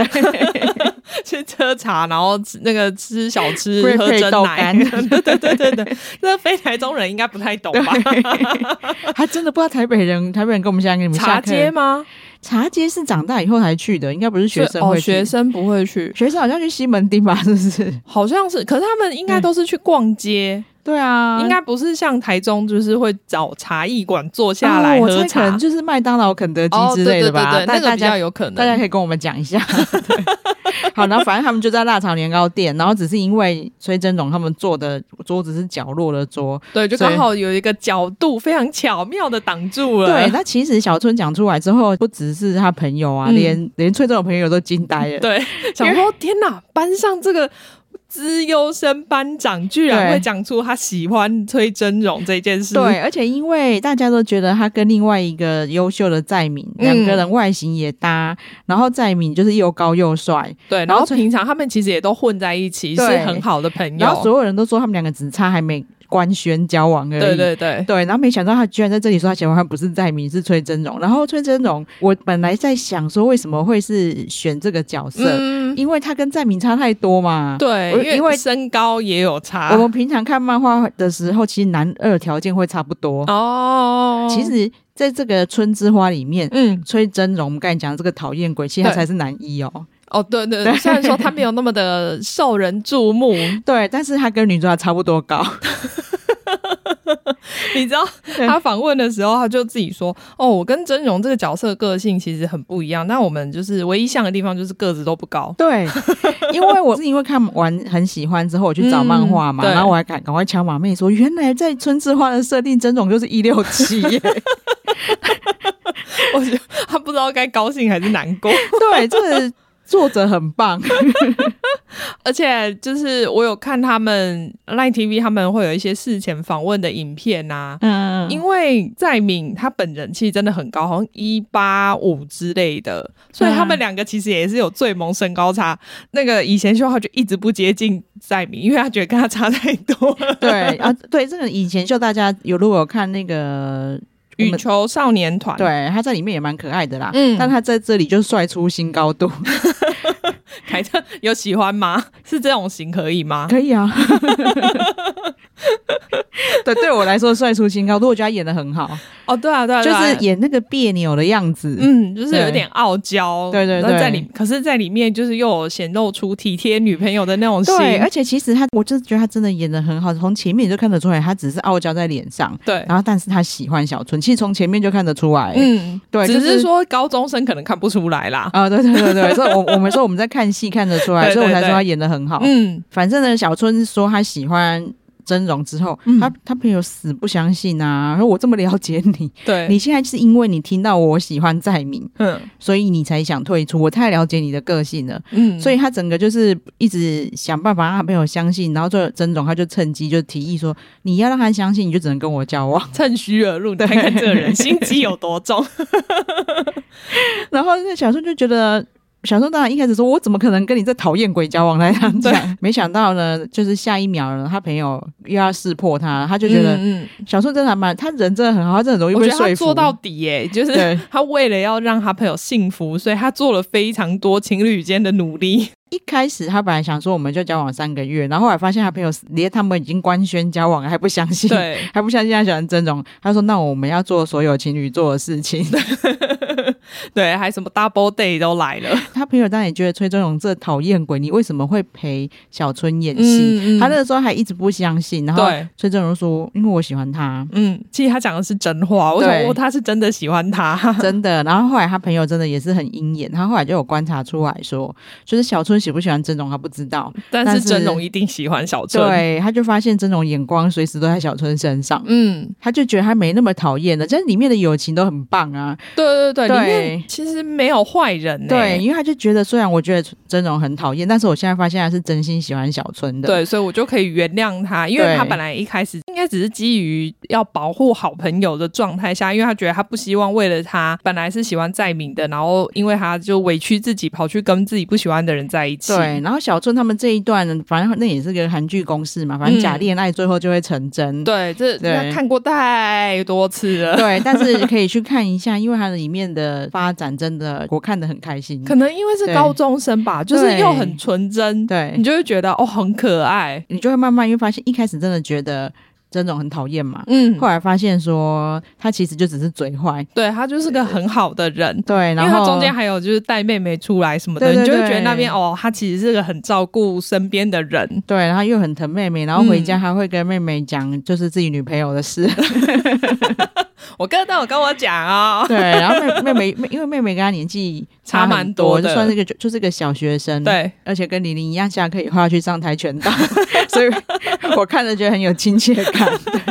[SPEAKER 1] *laughs* 去喝茶，然后吃那个吃小
[SPEAKER 2] *laughs*
[SPEAKER 1] 吃
[SPEAKER 2] 不是，
[SPEAKER 1] 喝
[SPEAKER 2] 配
[SPEAKER 1] 真
[SPEAKER 2] 豆
[SPEAKER 1] 奶。
[SPEAKER 2] 干
[SPEAKER 1] *laughs* 对对对对对，那非台中人应该不太
[SPEAKER 2] *laughs*
[SPEAKER 1] 懂吧？
[SPEAKER 2] 还真的不知道台北人，台北人跟我们现在跟你们下
[SPEAKER 1] 茶
[SPEAKER 2] 课
[SPEAKER 1] 街吗？
[SPEAKER 2] 茶街是长大以后才去的，应该不是学生
[SPEAKER 1] 哦，
[SPEAKER 2] 会去。
[SPEAKER 1] 学生不会去，
[SPEAKER 2] 学生好像去西门町吧，是不是？
[SPEAKER 1] 好像是，可是他们应该都是去逛街，
[SPEAKER 2] 对啊，
[SPEAKER 1] 应该不是像台中就是会找茶艺馆坐下来
[SPEAKER 2] 哦我
[SPEAKER 1] 喝
[SPEAKER 2] 猜可
[SPEAKER 1] 茶
[SPEAKER 2] 能。就是麦当劳、肯德基
[SPEAKER 1] 哦，
[SPEAKER 2] 之
[SPEAKER 1] 对
[SPEAKER 2] 类
[SPEAKER 1] 对
[SPEAKER 2] 的
[SPEAKER 1] 对
[SPEAKER 2] 吧。
[SPEAKER 1] 对，
[SPEAKER 2] 但
[SPEAKER 1] 那个
[SPEAKER 2] 大
[SPEAKER 1] 比
[SPEAKER 2] 家
[SPEAKER 1] 较有可能。
[SPEAKER 2] 大家可以跟我们讲一下。对好，然后反正他们就在辣炒年糕店，然后只是因为崔真荣他们坐的桌子是角落的桌，
[SPEAKER 1] 对，就
[SPEAKER 2] 所以
[SPEAKER 1] 刚好有一个角度非常巧妙的挡住了。
[SPEAKER 2] 对。那其实小春讲出来之后，不只是他朋友啊，
[SPEAKER 1] 嗯
[SPEAKER 2] 连连崔真荣朋友都惊呆了。
[SPEAKER 1] 对，想说天哪，班上这个资优生班长居然
[SPEAKER 2] 对
[SPEAKER 1] 会讲出他喜欢崔真容这件事，
[SPEAKER 2] 对，而且因为大家都觉得他跟另外一个优秀的在敏
[SPEAKER 1] 嗯
[SPEAKER 2] 两个人外形也搭，然后在敏就是又高又帅，
[SPEAKER 1] 对，
[SPEAKER 2] 然
[SPEAKER 1] 然
[SPEAKER 2] 后
[SPEAKER 1] 后
[SPEAKER 2] 崔
[SPEAKER 1] 平常他们其实也都混在一起，是
[SPEAKER 2] 对
[SPEAKER 1] 很好的朋
[SPEAKER 2] 然后
[SPEAKER 1] 友。
[SPEAKER 2] 所有人都说他们两个只差还没官宣交往而已。
[SPEAKER 1] 对对对，
[SPEAKER 2] 对，然后没想到他居然在这里说他喜欢他不是在明是崔真容，然后崔真容，我本来在想说为什么会是选这个角色，
[SPEAKER 1] 嗯，
[SPEAKER 2] 因为他跟在明差太多嘛。
[SPEAKER 1] 对，啊
[SPEAKER 2] 我
[SPEAKER 1] 因为
[SPEAKER 2] 因为
[SPEAKER 1] 身高也有
[SPEAKER 2] 我
[SPEAKER 1] 差
[SPEAKER 2] 们平常看漫画的时候，其实男二条件会差不多。
[SPEAKER 1] 哦。
[SPEAKER 2] 其，实在这个《春之花》里面。
[SPEAKER 1] 嗯，
[SPEAKER 2] 崔真容，我们刚才讲的这个讨厌鬼，其实他
[SPEAKER 1] 对
[SPEAKER 2] 才是男一哦。
[SPEAKER 1] 哦，对对
[SPEAKER 2] 对
[SPEAKER 1] 对，虽然说他没有那么的受人注
[SPEAKER 2] *laughs*
[SPEAKER 1] 目，
[SPEAKER 2] 对，但是他跟女主角差不多高。
[SPEAKER 1] 你知道
[SPEAKER 2] 对
[SPEAKER 1] 他访问的时候，他就自己说：“哦，我跟真容这个角色个性其实很不一样，但我们就是唯一像的地方就是个子都不高。 *laughs*
[SPEAKER 2] 对，因为我是因为看完很喜欢之后，我去找漫画嘛，
[SPEAKER 1] 嗯对
[SPEAKER 2] 然后我还赶赶快敲马妹说，原来在春之花的设定，真种就是一六
[SPEAKER 1] *laughs*
[SPEAKER 2] 七耶。
[SPEAKER 1] 我觉得他不知道该高兴还是难过。
[SPEAKER 2] 对，这个作者很棒。
[SPEAKER 1] 而且就是我有看他们 Line TV 他们会有一些事前访问的影片啊。
[SPEAKER 2] *laughs* 嗯，
[SPEAKER 1] 因为在敏他本人其实真的很高，好像一八五之类的，所以他们两个其实也是有最萌身高差。那个以前秀浩就一直不接近在敏，因为他觉得跟他差太多了。
[SPEAKER 2] 对啊，对，这个以前就大家有如果有看那个。我
[SPEAKER 1] 羽
[SPEAKER 2] 们
[SPEAKER 1] 球少年团，
[SPEAKER 2] 对，他在里面也蛮可爱的啦，嗯
[SPEAKER 1] 嗯，
[SPEAKER 2] 但他在这里就帅出新高
[SPEAKER 1] *laughs*
[SPEAKER 2] 度，
[SPEAKER 1] 凯特有喜欢吗？是这种型可以吗？
[SPEAKER 2] 可以啊。 *laughs* 对，对我来说帅出新高度，我觉得他演的很好，
[SPEAKER 1] 哦，对 *laughs* 啊，对啊，
[SPEAKER 2] 就
[SPEAKER 1] 对啊
[SPEAKER 2] 是演那个别扭的样子，
[SPEAKER 1] 嗯，就是有
[SPEAKER 2] 对
[SPEAKER 1] 点傲娇，
[SPEAKER 2] 对对
[SPEAKER 1] 然后在
[SPEAKER 2] 对
[SPEAKER 1] 里，可是，在里面就是又有显露出体贴女朋友的那种心，
[SPEAKER 2] 对，哎而且其实他，我就是觉得他真的演的很好，从前面就看得出来，他只是傲娇在脸上，
[SPEAKER 1] 对
[SPEAKER 2] 然后但是他喜欢小春，其实从前面就看得出来。
[SPEAKER 1] 嗯，
[SPEAKER 2] 对
[SPEAKER 1] 只
[SPEAKER 2] 就是
[SPEAKER 1] 是说高中生可能看不出来啦。
[SPEAKER 2] 啊、对对对对，所以我我们说我们在看戏看得出来，
[SPEAKER 1] 对对
[SPEAKER 2] 所以我才说
[SPEAKER 1] 对
[SPEAKER 2] 他演的很好。
[SPEAKER 1] 嗯，
[SPEAKER 2] 反正呢，小春说他喜欢真容之后，
[SPEAKER 1] 嗯
[SPEAKER 2] 他他朋友死不相信啊，说我这么了解你，
[SPEAKER 1] 对，
[SPEAKER 2] 你现在是因为你听到我喜欢在明，
[SPEAKER 1] 嗯
[SPEAKER 2] 所以你才想退出，我太了解你的个性了。
[SPEAKER 1] 嗯，
[SPEAKER 2] 所
[SPEAKER 1] 以
[SPEAKER 2] 以他整个就是一直想办法让他朋友相信，然后最后曾总他就趁机就提议说，你要让他相信，你就只能跟我交 *laughs* 往。
[SPEAKER 1] 趁虚而入，你看看这个人心机有多重。
[SPEAKER 2] 然后那小顺就觉得。小顺当然一开始说：“我怎么可能跟你这讨厌鬼交往？”来这样讲，没想到呢，就是下一秒呢，他朋友又要识破他， *laughs* 他就觉得、
[SPEAKER 1] 嗯，嗯
[SPEAKER 2] 小顺真的还蛮，他人真的很好，他真的容易
[SPEAKER 1] 我
[SPEAKER 2] 被
[SPEAKER 1] 觉得
[SPEAKER 2] 说
[SPEAKER 1] 他
[SPEAKER 2] 服。
[SPEAKER 1] 做到底耶，就是
[SPEAKER 2] 对， *laughs*
[SPEAKER 1] 他为了要让他朋友幸福，所以他做了非常多情侣间的努力。
[SPEAKER 2] 一开始他本来想说我们就交往三个月，然后后来发现他朋友连他们已经官宣交往了还不相信，
[SPEAKER 1] 对，
[SPEAKER 2] 还不相信他喜欢真容。他说：“那我们要做所有情侣做的事情。
[SPEAKER 1] 对，还什么 double day 都来了，”
[SPEAKER 2] 他朋友当然也觉得崔真容这讨厌鬼，你为什么会陪小春演戏？
[SPEAKER 1] 嗯
[SPEAKER 2] 他那个时候还一直不相信，然后
[SPEAKER 1] 对，
[SPEAKER 2] 崔真容说：“因为我喜欢他。”
[SPEAKER 1] 嗯，其实他讲的是真话，我
[SPEAKER 2] 对
[SPEAKER 1] 想说哦他是真的喜欢他，
[SPEAKER 2] 真的。然后后来他朋友真的也是很鹰眼，他后来就有观察出来说，就是小春喜不喜欢真容他不知道，
[SPEAKER 1] 但
[SPEAKER 2] *laughs* 但
[SPEAKER 1] 是
[SPEAKER 2] 是
[SPEAKER 1] 真容一定喜欢小春，，
[SPEAKER 2] 对，他就发现真容眼光随时都在小春身上。
[SPEAKER 1] 嗯，
[SPEAKER 2] 他就觉得他没那么讨厌了，就是里面的友情都很棒啊。
[SPEAKER 1] 对对对，里
[SPEAKER 2] 对
[SPEAKER 1] 面其实没有坏人、欸，
[SPEAKER 2] 对，因为他就觉得，虽然我觉得真容很讨厌，但是我现在发现他是真心喜欢小春的。
[SPEAKER 1] 对，所以我就可以原谅他，因为
[SPEAKER 2] 对
[SPEAKER 1] 他本来一开始应该只是基于要保护好朋友的状态下，因为他觉得他不希望为了他本来是喜欢在明的，然后因为他就委屈自己跑去跟自己不喜欢的人在一起。
[SPEAKER 2] 对，然后小春他们这一段，反正那也是个韩剧公式嘛，反正假
[SPEAKER 1] 嗯
[SPEAKER 2] 恋爱最后就会成真。
[SPEAKER 1] 对，这
[SPEAKER 2] 对
[SPEAKER 1] 他看过太多次
[SPEAKER 2] *laughs*
[SPEAKER 1] 了。*laughs*
[SPEAKER 2] 对，但是可以去看一下，因为它里面的发展真的我看得很开心。
[SPEAKER 1] 可能因为是
[SPEAKER 2] 对
[SPEAKER 1] 高中生吧，就是
[SPEAKER 2] 对
[SPEAKER 1] 又很纯真，
[SPEAKER 2] 对
[SPEAKER 1] 你，就会觉得哦很可爱，
[SPEAKER 2] 你就会慢慢会发现，一开始真的觉得真种很讨厌嘛，
[SPEAKER 1] 嗯
[SPEAKER 2] 后，来发现说他其实就只是嘴坏，
[SPEAKER 1] 对他就是个很好的人，
[SPEAKER 2] 对，
[SPEAKER 1] 因
[SPEAKER 2] 然
[SPEAKER 1] 为
[SPEAKER 2] 后
[SPEAKER 1] 他中间还有就是带妹妹出来什么的，
[SPEAKER 2] 对对
[SPEAKER 1] 你就会觉得
[SPEAKER 2] 对
[SPEAKER 1] 那边哦，他其实是个很照顾身边的人，
[SPEAKER 2] *laughs* 对，然后又很疼妹妹，然后回
[SPEAKER 1] 嗯
[SPEAKER 2] 家还会跟妹妹讲就是自己女朋友的事， *laughs*
[SPEAKER 1] 我哥都有跟我讲哦。
[SPEAKER 2] 对，然后妹妹妹因为妹妹跟她年纪
[SPEAKER 1] 差蛮
[SPEAKER 2] 很多，
[SPEAKER 1] 多的
[SPEAKER 2] 就算是个就就是个小学生，，
[SPEAKER 1] 对，
[SPEAKER 2] 而且跟玲玲一样，下课以后要去上跆拳道， *laughs* 所以我看着觉得很有亲切感。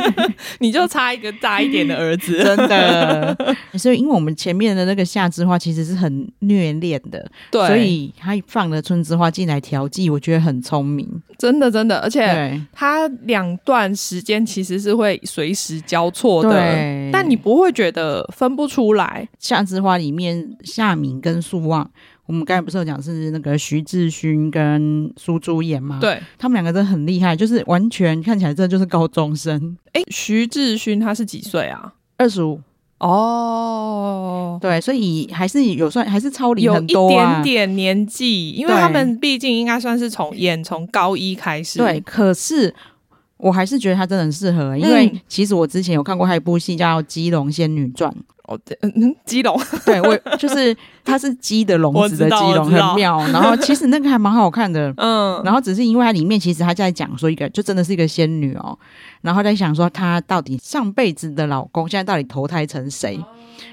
[SPEAKER 1] *laughs* 你就差一个大一点的儿
[SPEAKER 2] *laughs*
[SPEAKER 1] 子。
[SPEAKER 2] 真的。所以，因为我们前面的那个夏之花其实是很虐恋的，
[SPEAKER 1] 对，
[SPEAKER 2] 所以他放了春之花进来调剂，我觉得很聪明。
[SPEAKER 1] 真的真的，而且
[SPEAKER 2] 对
[SPEAKER 1] 它两段时间其实是会随时交错的，
[SPEAKER 2] 对，
[SPEAKER 1] 但你不会觉得分不出来。
[SPEAKER 2] 夏之花里面夏明跟素望。我们刚才不是有讲是那个徐志勋跟苏珠演吗？，
[SPEAKER 1] 对，
[SPEAKER 2] 他们两个真的很厉害，就是完全看起来真的就是高中生，
[SPEAKER 1] 哎，徐志勋他是几岁啊？
[SPEAKER 2] 二十五，
[SPEAKER 1] 哦。
[SPEAKER 2] 对，所以还是有算还是超龄
[SPEAKER 1] 有
[SPEAKER 2] 很
[SPEAKER 1] 一
[SPEAKER 2] 多啊。
[SPEAKER 1] 点点年纪，因为
[SPEAKER 2] 对
[SPEAKER 1] 他们毕竟应该算是从演从高一开始，
[SPEAKER 2] 对，，可是我还是觉得他真的很适合，欸因为
[SPEAKER 1] 嗯
[SPEAKER 2] 其实我之前有看过他一部戏叫《鸡龙仙女传 *laughs*
[SPEAKER 1] 哦，对嗯嗯， *laughs* 基隆，》，
[SPEAKER 2] 对我就是它是鸡的笼子的
[SPEAKER 1] 我知道
[SPEAKER 2] 鸡笼，
[SPEAKER 1] 我知道
[SPEAKER 2] 很妙。然后其实那个还蛮好看的。
[SPEAKER 1] 嗯，
[SPEAKER 2] 然后只是因为它里面其实他在讲说一个就真的是一个仙女哦，然后在想说她到底上辈子的老公现在到底投胎成谁，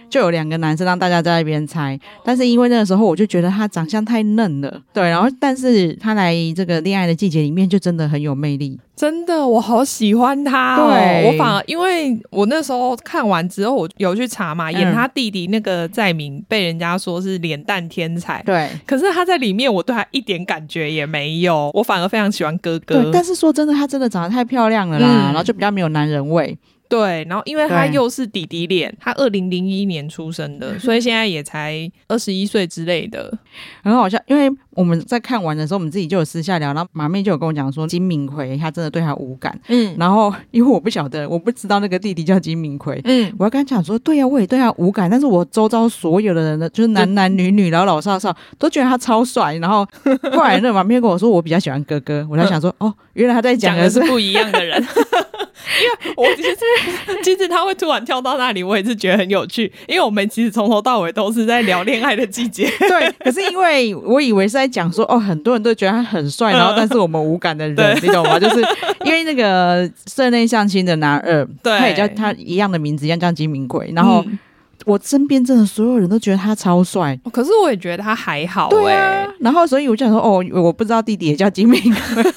[SPEAKER 2] 就有两个男生让大家在那边猜。但是因为那个时候我就觉得她长相太嫩了，对，然后但是她来这个恋爱的季节里面就真的很有魅力，
[SPEAKER 1] 真的，我好喜欢他、哦。
[SPEAKER 2] 对
[SPEAKER 1] 我反而因为我那时候看完之后，我有去查嘛，
[SPEAKER 2] 嗯
[SPEAKER 1] 演他弟弟那个在明被人家说是脸蛋天才，
[SPEAKER 2] 对。
[SPEAKER 1] 可是他在里面我对他一点感觉也没有，我反而非常喜欢哥
[SPEAKER 2] 对，
[SPEAKER 1] 哥。
[SPEAKER 2] 但是说真的，她真的长得太漂亮了啦，
[SPEAKER 1] 嗯
[SPEAKER 2] 然后就比较没有男人味。
[SPEAKER 1] 对然后因为他
[SPEAKER 2] 对
[SPEAKER 1] 又是弟弟脸，他二零零一年出
[SPEAKER 2] *laughs*
[SPEAKER 1] 生的，所以现在也才二十一岁之类的。
[SPEAKER 2] 很好笑，因为我们在看完的时候，我们自己就有私下聊，然后马妹就有跟我讲说，金敏奎她真的对她无感。
[SPEAKER 1] 嗯
[SPEAKER 2] 然后因为我不晓得，我不知道那个弟弟叫金敏奎。
[SPEAKER 1] 嗯，
[SPEAKER 2] 我要跟他讲说，对呀、我也对他无感，但是我周遭所有的人呢，就是男男女女、老老少少，都觉得他超帅。然后后来那马妹跟我说，我比较喜欢哥哥，我在想说，哦，原来他在讲
[SPEAKER 1] 讲
[SPEAKER 2] 的
[SPEAKER 1] 的
[SPEAKER 2] 是
[SPEAKER 1] 是不一样的 *laughs* 人。因为我其实 *laughs* 其实他会突然跳到那里，我也是觉得很有趣，因为我们其实从头到尾都是在聊恋爱的季 *laughs* 节。
[SPEAKER 2] *laughs* 对，可是因为我以为是在讲说，哦，很多人都觉得他很帅，然后但是我们无感的人，你懂吗？就是因为那个室内相亲的男二，
[SPEAKER 1] 对
[SPEAKER 2] 他也叫他一样的名字，一样叫金明奎。然后
[SPEAKER 1] 嗯
[SPEAKER 2] 我身边真的所有人都觉得他超帅，
[SPEAKER 1] 哦可是我也觉得他还好、欸，
[SPEAKER 2] 对啊。然后所以我就想说，哦，我不知道弟弟也叫金明奎。 *laughs*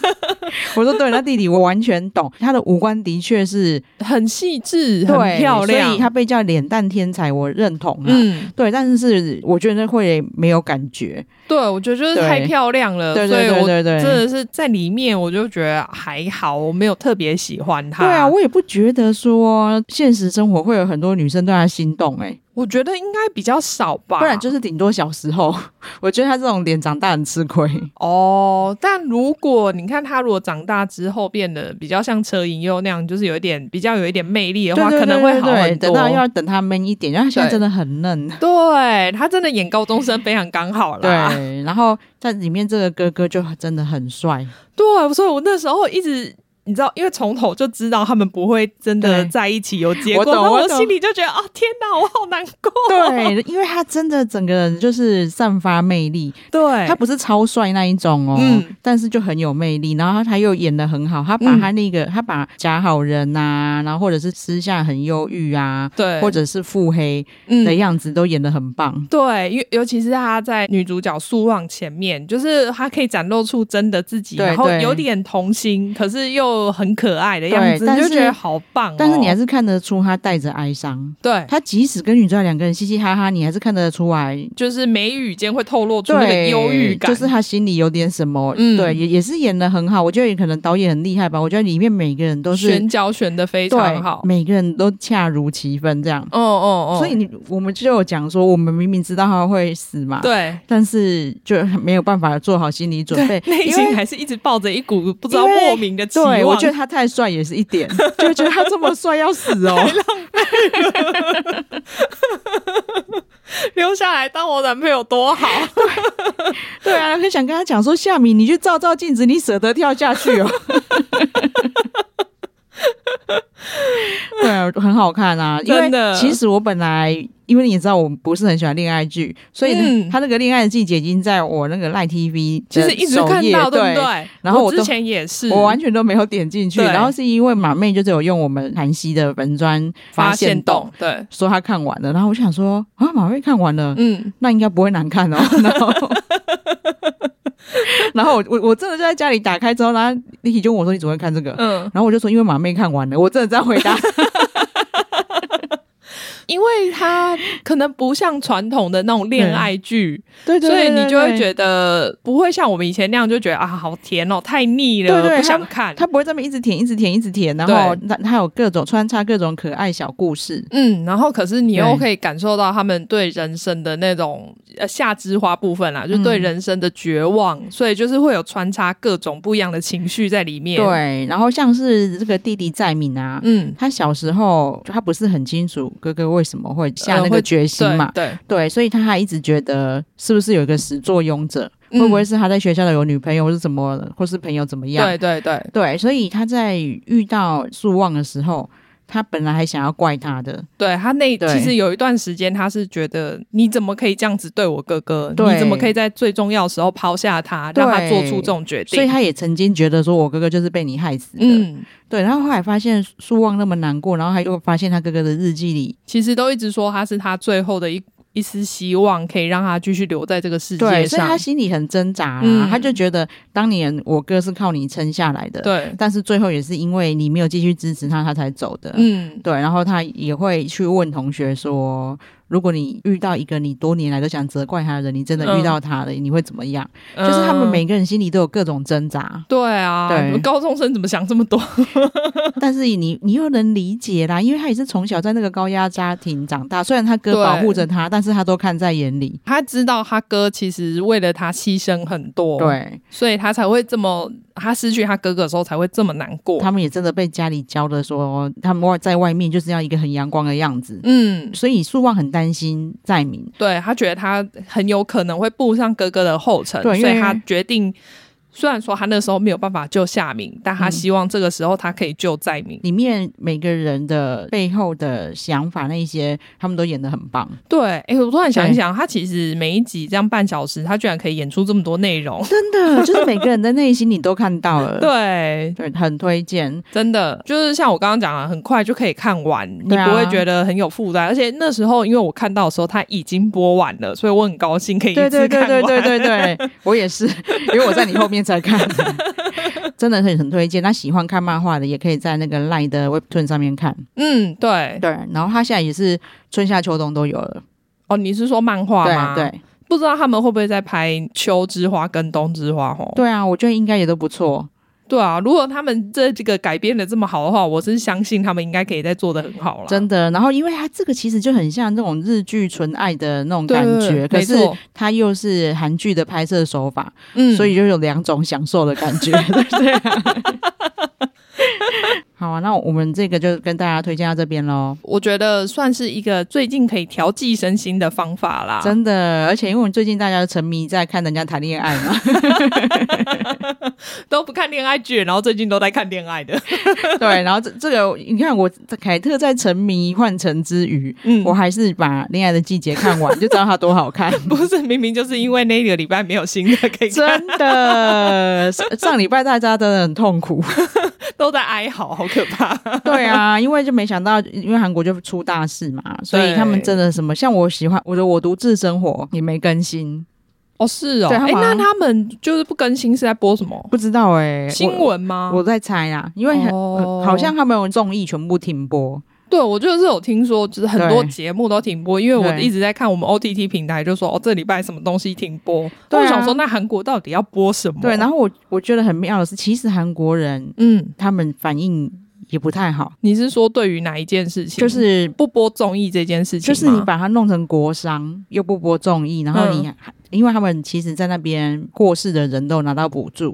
[SPEAKER 2] 我说对，那弟弟我完全懂，他的五官的确是
[SPEAKER 1] 很细致，很
[SPEAKER 2] 对
[SPEAKER 1] 漂
[SPEAKER 2] 所
[SPEAKER 1] 亮。
[SPEAKER 2] 以他被叫脸蛋天才，我认同啊。
[SPEAKER 1] 嗯，
[SPEAKER 2] 对，但是我觉得会没有感觉，
[SPEAKER 1] 对，我觉得就是
[SPEAKER 2] 对
[SPEAKER 1] 太漂亮了，
[SPEAKER 2] 对对
[SPEAKER 1] 所以
[SPEAKER 2] 对
[SPEAKER 1] 我
[SPEAKER 2] 对对，
[SPEAKER 1] 真的是在里面，我就觉得还好，我没有特别喜欢他。
[SPEAKER 2] 啊对啊，我也不觉得说现实生活会有很多女生对他心动哎、欸
[SPEAKER 1] 我觉得应该比较少吧，
[SPEAKER 2] 不然就是顶多小时候。 *laughs* 我觉得他这种脸长大很吃亏。
[SPEAKER 1] 哦。但如果你看他如果长大之后变得比较像车银优那样，就是有一点比较有一点魅力的话，
[SPEAKER 2] 对对
[SPEAKER 1] 可能会好
[SPEAKER 2] 对对
[SPEAKER 1] 很
[SPEAKER 2] 等到
[SPEAKER 1] 多。
[SPEAKER 2] 要等他 man 一点，因为他现在真的很嫩。
[SPEAKER 1] 对他真的演高中生非常刚好
[SPEAKER 2] *laughs*
[SPEAKER 1] 啦。
[SPEAKER 2] 对，然后在里面这个哥哥就真的很帅，
[SPEAKER 1] 对，所以我那时候一直。你知道，因为从头就知道他们不会真的
[SPEAKER 2] 对
[SPEAKER 1] 在一起有结
[SPEAKER 2] 我
[SPEAKER 1] 果，
[SPEAKER 2] 懂
[SPEAKER 1] 然后
[SPEAKER 2] 我
[SPEAKER 1] 我
[SPEAKER 2] 懂
[SPEAKER 1] 心里就觉得啊，天哪，我好难过。 *laughs*
[SPEAKER 2] 对，因为他真的整个人就是散发魅力，
[SPEAKER 1] 对
[SPEAKER 2] 他不是超帅那一种哦，
[SPEAKER 1] 嗯
[SPEAKER 2] 但是就很有魅力，然后他又演的很好，他把他那个、他把假好人呐、然后或者是私下很忧郁啊，
[SPEAKER 1] 对，
[SPEAKER 2] 或者是腹黑
[SPEAKER 1] 嗯
[SPEAKER 2] 的样子都演的很棒。
[SPEAKER 1] 对，尤尤其是他在女主角素望前面，就是他可以展露出真的自己，
[SPEAKER 2] 对
[SPEAKER 1] 然后
[SPEAKER 2] 对
[SPEAKER 1] 有点童心，可是又很可爱的样
[SPEAKER 2] 对
[SPEAKER 1] 子，你就
[SPEAKER 2] 但是
[SPEAKER 1] 觉得好棒、哦。
[SPEAKER 2] 但是你还
[SPEAKER 1] 是
[SPEAKER 2] 是看得出他带着哀伤，
[SPEAKER 1] 对，
[SPEAKER 2] 他即使跟女主角两个人嘻嘻哈哈，你还是看得出来
[SPEAKER 1] 就是眉宇间会透露出那个
[SPEAKER 2] 对，
[SPEAKER 1] 忧郁感，
[SPEAKER 2] 就是他心里有点什么，
[SPEAKER 1] 嗯
[SPEAKER 2] 对，也也是演的很好。我觉得也可能导演很厉害吧，我觉得里面每个人都是
[SPEAKER 1] 选角选的非
[SPEAKER 2] 对
[SPEAKER 1] 常好，。
[SPEAKER 2] 每个人都恰如其分这样。
[SPEAKER 1] 哦哦哦，
[SPEAKER 2] 所以你我们就有讲说，我们明明知道他会死嘛，，
[SPEAKER 1] 对。
[SPEAKER 2] 但是就没有办法做好心理准备，
[SPEAKER 1] *laughs* 内
[SPEAKER 2] 因
[SPEAKER 1] 心
[SPEAKER 2] 为。
[SPEAKER 1] 还是一直抱着一股不知道
[SPEAKER 2] 因为
[SPEAKER 1] 莫名的期望。
[SPEAKER 2] 对，我觉得他太帅也是一点，就觉得他这么帅要死
[SPEAKER 1] *laughs*
[SPEAKER 2] 哦。 *laughs*
[SPEAKER 1] 留下来当我男朋友
[SPEAKER 2] *laughs*
[SPEAKER 1] 多好。
[SPEAKER 2] 对啊，很想跟他讲说，夏米，你去照照镜子，你舍得跳下去哦。 *laughs* 对啊，很好看啊！因为
[SPEAKER 1] 真的
[SPEAKER 2] 其实我本来，因为你也知道，我不是很喜欢恋爱剧，所以
[SPEAKER 1] 嗯
[SPEAKER 2] 他那个恋爱的季节已经在我那个赖 TV
[SPEAKER 1] 其
[SPEAKER 2] 的
[SPEAKER 1] 实一直
[SPEAKER 2] 首
[SPEAKER 1] 看
[SPEAKER 2] 页
[SPEAKER 1] 到，
[SPEAKER 2] 对
[SPEAKER 1] 对不？对？
[SPEAKER 2] 然后
[SPEAKER 1] 我
[SPEAKER 2] 我
[SPEAKER 1] 之
[SPEAKER 2] 都
[SPEAKER 1] 前也是，
[SPEAKER 2] 我完全都没有点进去，
[SPEAKER 1] 对
[SPEAKER 2] 然后是因为马妹就只有用我们韩熙的粉砖
[SPEAKER 1] 发
[SPEAKER 2] 现
[SPEAKER 1] 现洞，对，
[SPEAKER 2] 说她看完了，然后我想说啊，马妹看完了，
[SPEAKER 1] 嗯，
[SPEAKER 2] 那应该不会难看
[SPEAKER 1] *laughs*
[SPEAKER 2] 哦。然后， *laughs* 然后我我我真的就在家里打开之后，然后丽缇就问我说：“你怎么会看这个？”
[SPEAKER 1] 嗯，
[SPEAKER 2] 然后我就说：“因为马妹看完了。”我真的这样回
[SPEAKER 1] *laughs*
[SPEAKER 2] 答。
[SPEAKER 1] 因为它可能不像传统的那种恋爱剧，
[SPEAKER 2] 对
[SPEAKER 1] 所以你就会
[SPEAKER 2] 得
[SPEAKER 1] 觉得不会像我们以前那样就觉得啊，好甜哦，太腻了，
[SPEAKER 2] 对对
[SPEAKER 1] 不想看。
[SPEAKER 2] 他不会这么一直舔，一直舔，一直舔，然后他他有各种穿插各种可爱小故事。
[SPEAKER 1] 嗯，然后可是你又
[SPEAKER 2] 对
[SPEAKER 1] 可以感受到他们对人生的那种呃夏之花部分啦，就对人生的绝望，所以就是会有穿插各种不一样的情绪在里面。，
[SPEAKER 2] 对，然后像是这个弟弟在敏啊。
[SPEAKER 1] 嗯，
[SPEAKER 2] 他小时候，就他不是很清楚哥哥为什么会下那
[SPEAKER 1] 呃
[SPEAKER 2] 个
[SPEAKER 1] 会
[SPEAKER 2] 决心
[SPEAKER 1] 对
[SPEAKER 2] 嘛，
[SPEAKER 1] 对，
[SPEAKER 2] 对，所以他还一直觉得是不是有一个始作俑者，
[SPEAKER 1] 嗯
[SPEAKER 2] 会不会是他在学校的有女朋友，或是怎么，或是朋友怎么样？
[SPEAKER 1] 对对对，
[SPEAKER 2] 对所以他在遇到素望的时候，他本来还想要怪他的，
[SPEAKER 1] 对他那
[SPEAKER 2] 对
[SPEAKER 1] 其实有一段时间，他是觉得你怎么可以这样子对我哥哥？
[SPEAKER 2] 对
[SPEAKER 1] 你怎么可以在最重要的时候抛下他，
[SPEAKER 2] 对
[SPEAKER 1] 让他做出这种决定？
[SPEAKER 2] 所以他也曾经觉得说我哥哥就是被你害死的。
[SPEAKER 1] 嗯，
[SPEAKER 2] 对，然后后来发现素望那么难过，然后他又发现他哥哥的日记里，
[SPEAKER 1] 其实都一直说他是他最后的一一丝希望，可以让他继续留在这个世
[SPEAKER 2] 对，
[SPEAKER 1] 界
[SPEAKER 2] 所以
[SPEAKER 1] 上
[SPEAKER 2] 他。心里很挣扎啦、啊
[SPEAKER 1] 嗯
[SPEAKER 2] 他就觉得当年我哥是靠你撑下来的，，
[SPEAKER 1] 对，
[SPEAKER 2] 但是最后也是因为你没有继续支持他，他才走的。
[SPEAKER 1] 嗯，
[SPEAKER 2] 对，然后他也会去问同学说，如果你遇到一个你多年来都想责怪他的人，你真的遇到他了，你会怎么样？就是他们
[SPEAKER 1] 嗯，
[SPEAKER 2] 每个人心里都有各种挣扎
[SPEAKER 1] *laughs* 对啊，
[SPEAKER 2] 对
[SPEAKER 1] 高中生怎么想这么多？ *laughs*
[SPEAKER 2] 但是你你又能理解啦，因为他也是从小在那个高压家庭长大，虽然他哥
[SPEAKER 1] 对
[SPEAKER 2] 保护着他，但是他都看在眼里。
[SPEAKER 1] 他知道他哥其实为了他牺牲很多，，
[SPEAKER 2] 对
[SPEAKER 1] 所以他才会这么，他失去他哥哥的时候才会这么难过。
[SPEAKER 2] 他们也真的被家里教的说，他们外在外面就是要一个很阳光的样子，
[SPEAKER 1] 嗯，
[SPEAKER 2] 所以素望很担心在明，
[SPEAKER 1] 对他觉得他很有可能会步上哥哥的后尘，所
[SPEAKER 2] 对因为
[SPEAKER 1] 以他决定，虽然说他那时候没有办法救夏明，但他希望这个时候他可以救在明。
[SPEAKER 2] 里面每个人的背后的想法那一些，他们都演的很棒。
[SPEAKER 1] 对，哎、我突然想一想，他其实每一集这样半小时，他居然可以演出这么多内容，
[SPEAKER 2] 真的，就是每个人的内心你都看到了。
[SPEAKER 1] 对，
[SPEAKER 2] 对，很推荐。
[SPEAKER 1] 真的就是像我刚刚讲的，很快就可以看完，你
[SPEAKER 2] 对啊
[SPEAKER 1] 不会觉得很有负担。而且那时候因为我看到的时候他已经播完了，所以我很高兴可以一
[SPEAKER 2] 对
[SPEAKER 1] 次看
[SPEAKER 2] 对
[SPEAKER 1] 完。
[SPEAKER 2] 对对对对对，我也是，因为我在你后面才看。真的很很推荐，那喜欢看漫画的也可以在那个 LINE 的 Webtoon 上面看。
[SPEAKER 1] 嗯，对。
[SPEAKER 2] 对，然后它现在也是春夏秋冬都有了。
[SPEAKER 1] 哦，你是说漫画吗？
[SPEAKER 2] 对。对
[SPEAKER 1] 不知道他们会不会在拍《秋之花》跟《冬之花》吼？
[SPEAKER 2] 对啊，我觉得应该也都不错。
[SPEAKER 1] 对啊，如果他们这这个改编的这么好的话，我是相信他们应该可以再做的很好了。
[SPEAKER 2] 真的，然后因为它这个其实就很像那种日剧纯爱的那种感觉，
[SPEAKER 1] 对对对
[SPEAKER 2] 可
[SPEAKER 1] 没
[SPEAKER 2] 是
[SPEAKER 1] 错
[SPEAKER 2] 它又是韩剧的拍摄手法，
[SPEAKER 1] 嗯
[SPEAKER 2] 所以就有两种享受的感
[SPEAKER 1] *laughs*
[SPEAKER 2] 觉，对不对好啊，那我们这个就跟大家推荐到这边喽。
[SPEAKER 1] 我觉得算是一个最近可以调剂身心的方法啦。
[SPEAKER 2] 真的，而且因为我们最近大家都沉迷在看人家谈恋爱
[SPEAKER 1] *laughs*
[SPEAKER 2] 嘛，
[SPEAKER 1] 都不看恋爱剧，然后最近都在看恋爱的。 *laughs*
[SPEAKER 2] 对，然后这这个你看我凯特在沉迷幻城之余，
[SPEAKER 1] 嗯
[SPEAKER 2] 我还是把《恋爱的季节》看完，就知道它多好
[SPEAKER 1] *laughs*
[SPEAKER 2] 看。
[SPEAKER 1] 不是，明明就是因为那个礼拜没有新的可以看，
[SPEAKER 2] 真的，上上礼拜大家真的很痛苦。
[SPEAKER 1] 都在哀嚎，好可怕。 *laughs*
[SPEAKER 2] 对啊，因为就没想到，因为韩国就出大事嘛，所以他们真的什么，像我喜欢我的《我独自生活》也没更新，
[SPEAKER 1] 哦，是哦，
[SPEAKER 2] 对他
[SPEAKER 1] 哎、
[SPEAKER 2] 们好
[SPEAKER 1] 那
[SPEAKER 2] 像
[SPEAKER 1] 他们就是不更新是在播什么
[SPEAKER 2] 不知道哎、
[SPEAKER 1] 新
[SPEAKER 2] 我
[SPEAKER 1] 闻吗？
[SPEAKER 2] 我在猜啦，因为很、
[SPEAKER 1] 哦
[SPEAKER 2] 好像他们有综艺全部停播，
[SPEAKER 1] 对，我就是有听说，就是很多
[SPEAKER 2] 对
[SPEAKER 1] 节目都停播，因为我
[SPEAKER 2] 对
[SPEAKER 1] 一直在看我们 OTT 平台，就说哦，这礼拜什么东西停播。
[SPEAKER 2] 对啊
[SPEAKER 1] 我想说，那韩国到底要播什么？
[SPEAKER 2] 对，
[SPEAKER 1] 后
[SPEAKER 2] 然后我我觉得很妙的是，其实韩国人
[SPEAKER 1] 嗯，
[SPEAKER 2] 他们反应也不太好，
[SPEAKER 1] 你是说对于哪一件事情？
[SPEAKER 2] 就是
[SPEAKER 1] 不播综艺这件事情
[SPEAKER 2] 就
[SPEAKER 1] 吗，
[SPEAKER 2] 是你把它弄成国商，又不播综艺，然后你、
[SPEAKER 1] 嗯
[SPEAKER 2] 因为他们其实在那边过世的人都有拿到补助，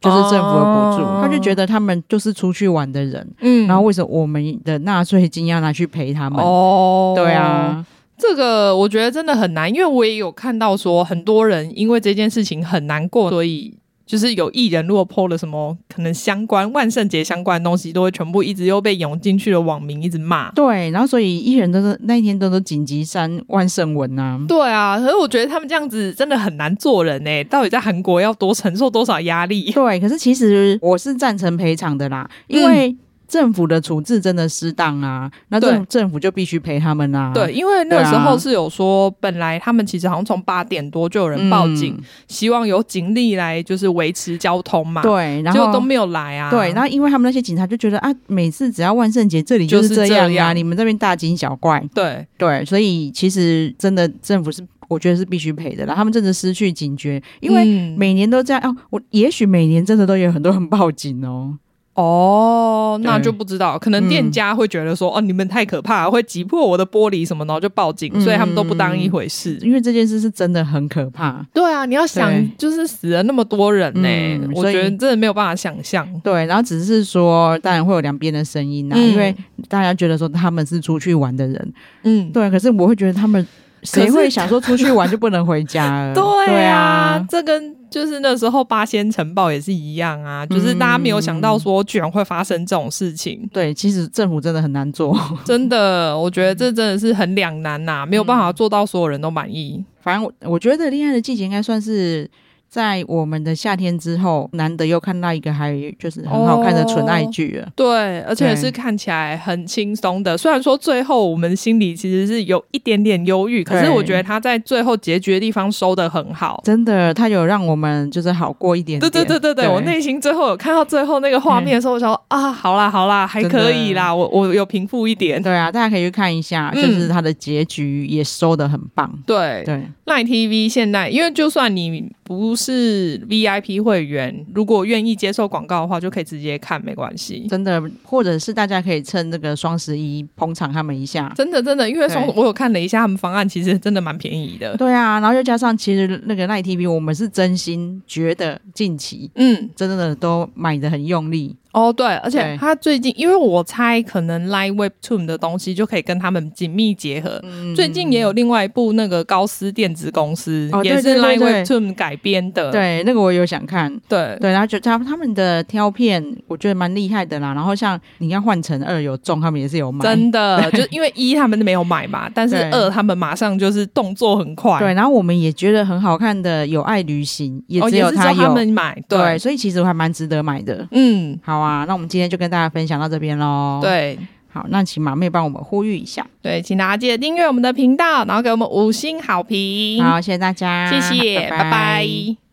[SPEAKER 2] 就是政府的补助，
[SPEAKER 1] 哦
[SPEAKER 2] 他就觉得他们就是出去玩的人，
[SPEAKER 1] 嗯
[SPEAKER 2] 然后为什么我们的纳税金要拿去赔他们？
[SPEAKER 1] 哦，
[SPEAKER 2] 对，啊，
[SPEAKER 1] 这个我觉得真的很难，因为我也有看到说很多人因为这件事情很难过，所以。就是有艺人如果 PO 了什么可能相关万圣节相关的东西，都会全部一直又被涌进去的网民一直骂。
[SPEAKER 2] 对，然后所以艺人都是那一天都是紧急删万圣文啊。
[SPEAKER 1] 对啊，可是我觉得他们这样子真的很难做人呢、欸到底在韩国要多承受多少压力？
[SPEAKER 2] 对，可是其实我是赞成赔偿的啦，因为政府的处置真的适当啊，那政政府就必须赔他们啊。
[SPEAKER 1] 对，因为那个时
[SPEAKER 2] 对
[SPEAKER 1] 候
[SPEAKER 2] 啊
[SPEAKER 1] 是有说，本来他们其实好像从八点多就有
[SPEAKER 2] 嗯，
[SPEAKER 1] 人报警，希望有警力来就是维持交通嘛，，
[SPEAKER 2] 对，然
[SPEAKER 1] 结果
[SPEAKER 2] 后
[SPEAKER 1] 都没有来啊。
[SPEAKER 2] 对，然后因为他们那些警察就觉得啊，每次只要万圣节这里
[SPEAKER 1] 就是是
[SPEAKER 2] 这
[SPEAKER 1] 这
[SPEAKER 2] 样啊，
[SPEAKER 1] 样
[SPEAKER 2] 你们这边大惊小怪，
[SPEAKER 1] 对
[SPEAKER 2] 对，所以其实真的政府是我觉得是必须赔的啦，他们真的失去警觉，因为
[SPEAKER 1] 嗯
[SPEAKER 2] 每年都这样哦，我也许每年真的都有很多人报警哦，
[SPEAKER 1] 哦，那
[SPEAKER 2] 对
[SPEAKER 1] 就不知道，可能店家会觉得说，哦，你们太可怕了，会挤破我的玻璃什么，然后就报警，
[SPEAKER 2] 嗯
[SPEAKER 1] 所以他们都不当一回事。
[SPEAKER 2] 因为这件事是真的很可怕。
[SPEAKER 1] 对啊，你要
[SPEAKER 2] 对
[SPEAKER 1] 想，就是死了那么多人呢、
[SPEAKER 2] 嗯
[SPEAKER 1] 我
[SPEAKER 2] 所以
[SPEAKER 1] 觉得真的没有办法想象。
[SPEAKER 2] 对，然后只是说，当然会有两边的声音啦、啊
[SPEAKER 1] 嗯
[SPEAKER 2] 因为大家觉得说他们是出去玩的人，
[SPEAKER 1] 嗯，
[SPEAKER 2] 对，可是我会觉得他们谁
[SPEAKER 1] 可是
[SPEAKER 2] 会想说出去玩就不能回家了？
[SPEAKER 1] *laughs* 对啊
[SPEAKER 2] 啊，，
[SPEAKER 1] 这跟就是那时候八仙城堡也是一样啊，就是大家没有想
[SPEAKER 2] 嗯
[SPEAKER 1] 到说居然会发生这种事情，
[SPEAKER 2] 对，其实政府真的很难做。 *laughs*
[SPEAKER 1] 真的，我觉得这真的是很两难呐、没有办法做到所有人都满意。
[SPEAKER 2] 反正我我觉得《恋爱的季节》应该算是在我们的夏天之后，难得又看到一个还就是很好
[SPEAKER 1] 哦
[SPEAKER 2] 看的纯爱剧了。
[SPEAKER 1] 对，而且
[SPEAKER 2] 对
[SPEAKER 1] 是看起来很轻松的。虽然说最后我们心里其实是有一点点忧郁，可是
[SPEAKER 2] 对
[SPEAKER 1] 我觉得他在最后结局的地方收的很好。
[SPEAKER 2] 真的，它有让我们就是好过一点
[SPEAKER 1] 对
[SPEAKER 2] 点。
[SPEAKER 1] 对对对对，我内心最后有看到最后那个画面的时候，我想说啊，好啦好啦，还
[SPEAKER 2] 真的
[SPEAKER 1] 可以啦，我我有平复一点。
[SPEAKER 2] 对啊，大家可以去看一下，
[SPEAKER 1] 嗯
[SPEAKER 2] 就是它的结局也收的很棒。
[SPEAKER 1] 对，
[SPEAKER 2] 对
[SPEAKER 1] Line TV 现在，因为就算你不是 VIP 会员，如果愿意接受广告的话，就可以直接看，没关系。
[SPEAKER 2] 真的，或者是大家可以趁这个双十一捧场他们一下。
[SPEAKER 1] 真的真的，因为从
[SPEAKER 2] 对
[SPEAKER 1] 我有看了一下他们方案，其实真的蛮便宜的。
[SPEAKER 2] 对啊，然后又加上其实那个赖 TV，我们是真心觉得近期
[SPEAKER 1] 嗯，
[SPEAKER 2] 真的都买的很用力，
[SPEAKER 1] 哦对，而且
[SPEAKER 2] 对
[SPEAKER 1] 他最近，因为我猜可能 Line Webtoon 的东西就可以跟他们紧密结合。最近也有另外一部那个高斯电子公司，
[SPEAKER 2] 哦对
[SPEAKER 1] 也是
[SPEAKER 2] 对对
[SPEAKER 1] Line
[SPEAKER 2] 对
[SPEAKER 1] Webtoon 改编的。
[SPEAKER 2] 对，那个我有想看，
[SPEAKER 1] 呃对
[SPEAKER 2] 对，然后就他他们的挑片，我觉得蛮厉害的啦。然后像你看《换乘二》有中，他们也是有买。
[SPEAKER 1] 真的，就是因为一他们没有买嘛， *laughs* 但是
[SPEAKER 2] 对
[SPEAKER 1] 二他们马上就是动作很快，
[SPEAKER 2] 对，然后我们也觉得很好看的《有爱旅行》，也
[SPEAKER 1] 哦
[SPEAKER 2] 只有
[SPEAKER 1] 也是只有
[SPEAKER 2] 有，
[SPEAKER 1] 他们买，
[SPEAKER 2] 对所以其实我还蛮值得买的。
[SPEAKER 1] 嗯，
[SPEAKER 2] 好啊，那我们今天就跟大家分享到这边喽。，
[SPEAKER 1] 对
[SPEAKER 2] 好，那请马妹帮我们呼吁一下。
[SPEAKER 1] 对，请大家记得订阅我们的频道，然后给我们五星好评，
[SPEAKER 2] 好，谢谢大家，
[SPEAKER 1] 嗯谢谢，拜拜